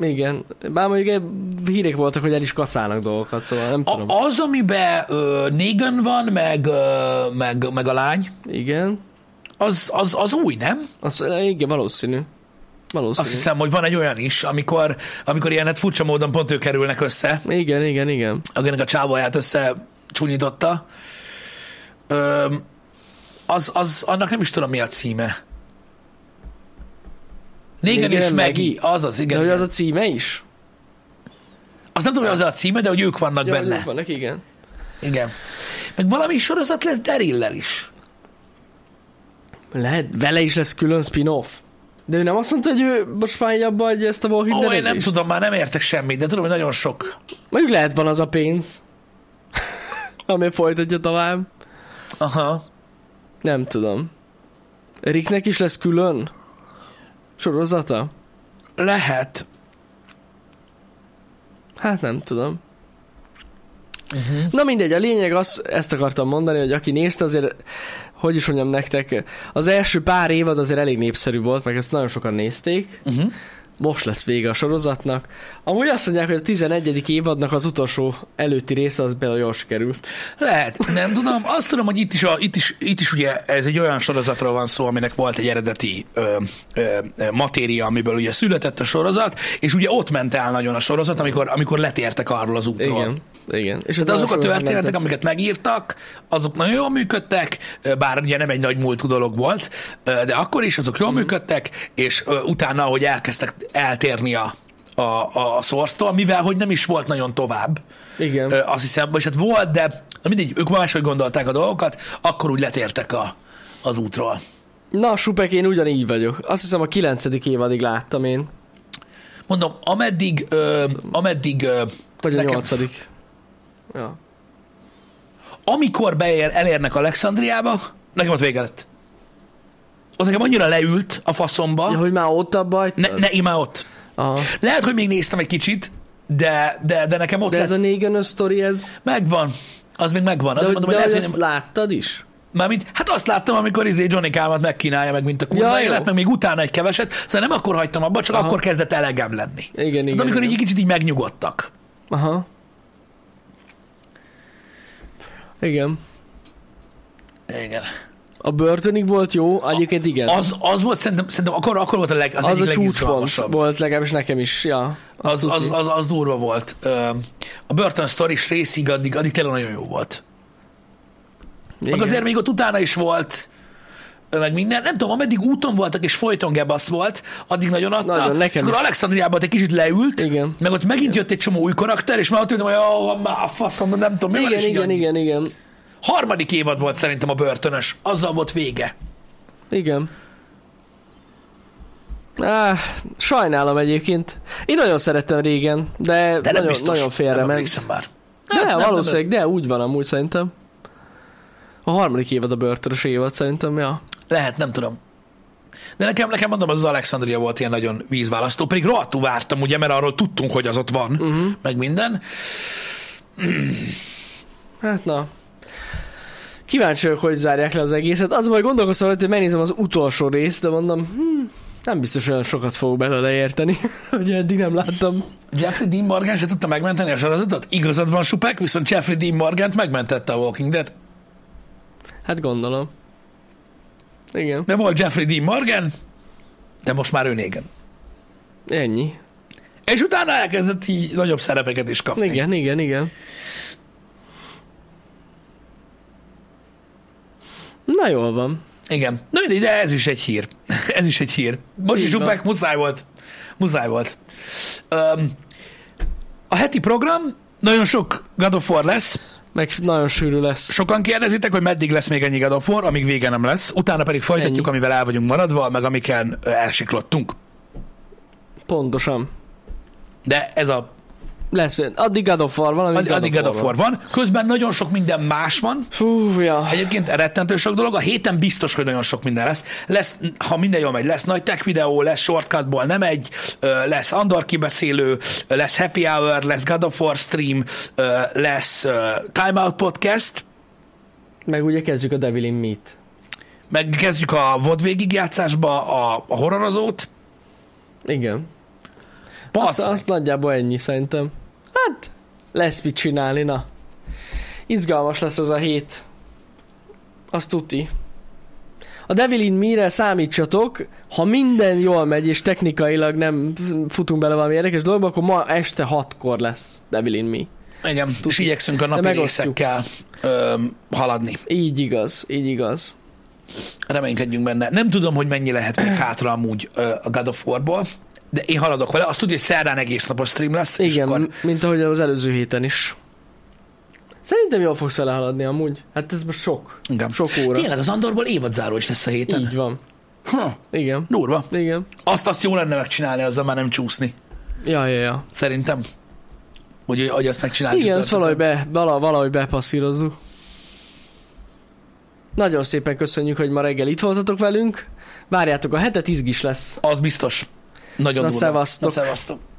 S2: Igen. Bár mondjuk e- hírek voltak, hogy el is kaszálnak dolgokat, szóval nem tudom.
S1: A, az, amiben ö, Negan van, meg, ö, meg, meg a lány,
S2: Igen.
S1: az, az, az új, nem?
S2: Az, igen, valószínű. Valószínű.
S1: Azt hiszem, hogy van egy olyan is, amikor, amikor ilyen hát furcsa módon pont ők kerülnek össze,
S2: Igen, igen, igen.
S1: akinek a csávóját össze csúnyította. Ö, az, az, annak nem is tudom, mi a címe. Negan
S2: Negan
S1: és
S2: and
S1: Maggie, az az,
S2: De
S1: igen.
S2: hogy
S1: az
S2: az a címe is?
S1: Azt nem tudom, hogy az a címe, de hogy ők vannak
S2: Ja,
S1: benne.
S2: azok Vannak, igen.
S1: Igen. Meg valami sorozat lesz Derillel is.
S2: Lehet, vele is lesz külön spin-off. De ő nem azt mondta, hogy ő most már így abba adja ezt a Walking
S1: Ó, én
S2: Dead-ezést?
S1: nem tudom, már nem értek semmit, de tudom, hogy nagyon sok
S2: Mondjuk lehet van az a pénz, ami folytatja tovább.
S1: Aha.
S2: Nem tudom. Ricknek is lesz külön sorozata?
S1: Lehet.
S2: Hát nem tudom. Na mindegy, a lényeg az, ezt akartam mondani, hogy aki nézte, azért, hogy is mondjam nektek, az első pár évad azért elég népszerű volt, meg ezt nagyon sokan nézték.
S1: Uh-huh.
S2: Most lesz vége a sorozatnak. Amúgy azt mondják, hogy a 11. évadnak az utolsó előtti része az például jól sikerült.
S1: Lehet, nem tudom. Azt tudom, hogy itt is, a, itt, is, itt is ugye ez egy olyan sorozatról van szó, aminek volt egy eredeti ö, ö, ö, matéria, amiből ugye született a sorozat, és ugye ott ment el nagyon a sorozat, amikor, amikor letértek arról az útról.
S2: Igen, igen. És ez
S1: De
S2: nagyon
S1: azok a
S2: sokan nem
S1: történetek,
S2: tetszett.
S1: amiket megírtak, azok nagyon jól működtek, ö, bár ugye nem egy nagy múltú dolog volt, ö, de akkor is azok
S2: Mhm.
S1: jól működtek, és ö, utána, ahogy elkezdtek eltérni a, a, a, a source mivel hogy nem is volt nagyon tovább,
S2: Igen.
S1: Ö, azt hiszem, vagyis hát volt, de na mindegy, ők máshogy gondolták a dolgokat, akkor úgy letértek a, az útról.
S2: Na, Supek, én ugyanígy vagyok. Azt hiszem a kilencedik évadig láttam én.
S1: Mondom, ameddig, ö, ameddig ö,
S2: Vagy a
S1: nekem-
S2: nyolcadik. Ja.
S1: amikor beér, elérnek Alexandriába, nekem ott vége lett. Ott nekem annyira leült a faszomba,
S2: ja. hogy már ott a baj?
S1: ne, ne imá ott.
S2: Aha.
S1: Lehet, hogy még néztem egy kicsit, de, de, de nekem ott
S2: De
S1: lett.
S2: ez a Negan sztori, ez... De,
S1: Megvan. Az még megvan. Azt
S2: hogy,
S1: mondom,
S2: de
S1: hogy lehet, hogy
S2: azt
S1: nem...
S2: láttad is?
S1: Mármint, hát azt láttam, amikor izé Johnny Kálmat megkínálja meg, mint a kurva
S2: Ja,
S1: ja,
S2: jó.
S1: élet, meg még utána egy keveset, szóval nem akkor hagytam abba, csak
S2: Aha.
S1: Aha. akkor kezdett elegem lenni.
S2: Igen, igen.
S1: Hát amikor
S2: igen.
S1: így egy kicsit így megnyugodtak.
S2: Aha. Igen.
S1: Igen.
S2: A börtönig volt jó, egyébként igen.
S1: Az, az volt szerintem, szerintem akkor, akkor volt a leg, az,
S2: az
S1: egyik
S2: a csúcspont
S1: legizgalmasabb.
S2: volt legalábbis nekem is, ja.
S1: Az,
S2: tuti.
S1: az, az, az durva volt. Ö, A Burton Stories részig addig, addig tényleg nagyon jó volt. Igen.
S2: Igen.
S1: Meg azért még ott utána is volt ö, meg minden. Nem tudom, ameddig úton voltak és folyton gebasz volt, addig nagyon adta.
S2: Nagyon, nekem
S1: és akkor
S2: is.
S1: Alexandriában ott egy kicsit leült,
S2: Igen.
S1: meg ott megint jött egy csomó új karakter, és már ott ültem, hogy ó, van már a faszom, nem tudom, mi van,
S2: igen,
S1: és így
S2: igen,
S1: annyi.
S2: igen, igen.
S1: Harmadik évad volt szerintem a börtönös. Azzal volt vége.
S2: Igen. Á, Ah, sajnálom egyébként. Én nagyon szerettem régen, de,
S1: De
S2: nagyon,
S1: nem biztos.
S2: nagyon félre
S1: nem
S2: ment.
S1: emlékszem már.
S2: De
S1: nem,
S2: nem,
S1: nem,
S2: valószínűleg, de úgy van amúgy szerintem. A harmadik évad a börtönös évad szerintem, ja.
S1: Lehet, nem tudom. De nekem, nekem mondom, az Alexandria volt ilyen nagyon vízválasztó, pedig rohadtul vártam, ugye, mert arról tudtunk, hogy az ott van, uh-huh. meg minden.
S2: Hát na. Kíváncsi vagyok, hogy zárják le az egészet. Az majd gondolkoztam, rajta, hogy megnézem az utolsó részt, de mondom, hm, nem biztos olyan sokat fogok belőle érteni, hogy eddig nem láttam.
S1: Jeffrey Dean Morgan se tudta megmenteni a sorozatot? Igazad van, Supek, viszont Jeffrey Dean Morgant megmentette a Walking Dead.
S2: Hát gondolom. Igen,
S1: De volt Jeffrey Dean Morgan, de most már ő négen.
S2: ennyi.
S1: És utána elkezdett így nagyobb szerepeket is kapni.
S2: Igen, igen, igen. Na jól van.
S1: Igen. Na mindegy, de ez is egy hír. ez is egy hír. Bocsi,
S2: Így van.
S1: Zsupek, muszáj volt. Muszáj volt. Um, a heti program nagyon sok God of War lesz.
S2: Meg nagyon sűrű lesz.
S1: Sokan kérdezitek, hogy meddig lesz még ennyi God of War, amíg vége nem lesz. Utána pedig folytatjuk,
S2: Ennyi.
S1: amivel el vagyunk maradva, meg amiken ö, elsiklottunk.
S2: Pontosan.
S1: De ez a...
S2: Lesz, addig God of War, valami
S1: Addig, addig God of War van. Közben nagyon sok minden más van.
S2: Fú, ja.
S1: Egyébként rettentő sok dolog, a héten biztos, hogy nagyon sok minden lesz. lesz ha minden jól megy, lesz nagy tech videó, lesz shortcutból nem egy, ö, lesz Andor kibeszélő, ö, lesz happy hour, lesz God of War stream, ö, lesz ö, Time Out podcast,
S2: Meg ugye kezdjük a Devil in Meat.
S1: megkezdjük a VOD végigjátszásba a, a horrorozót.
S2: Igen. Azt,
S1: Basz,
S2: azt nagyjából ennyi szerintem. Hát, lesz mit csinálni, na. Izgalmas lesz az a hét. Azt tuti. A Devil in mire számítsatok, ha minden jól megy, és technikailag nem futunk bele valami érdekes dologba, akkor ma este hatkor lesz Devil in Me.
S1: igen, és igyekszünk a napi
S2: megosztjuk.
S1: részekkel ö, haladni.
S2: Így igaz, így igaz.
S1: reménykedjünk benne. Nem tudom, hogy mennyi lehet még hátra amúgy ö, a God of War-ból, de én haladok vele. Azt tudja, hogy szerdán egész napos stream lesz, és
S2: Igen,
S1: akkor
S2: m- mint ahogy az előző héten is. Szerintem jól fogsz vele haladni amúgy. Hát ez most sok.
S1: igen.
S2: Sok óra.
S1: Tényleg az Andorból évadzáró is lesz a héten.
S2: Így van.
S1: Ha,
S2: Igen.
S1: durva.
S2: Igen.
S1: Azt azt jó lenne megcsinálni, azzal már nem csúszni.
S2: Ja, ja, ja.
S1: Szerintem. Hogy, hogy azt megcsináljuk.
S2: Igen, ezt valahogy, be, vala- valahogy bepasszírozzuk. Nagyon szépen köszönjük, hogy ma reggel itt voltatok velünk. Várjátok, a hetet izgis lesz.
S1: Az biztos. Nagyon
S2: Na,
S1: durva.
S2: szevasztok.
S1: Na, szevasztok.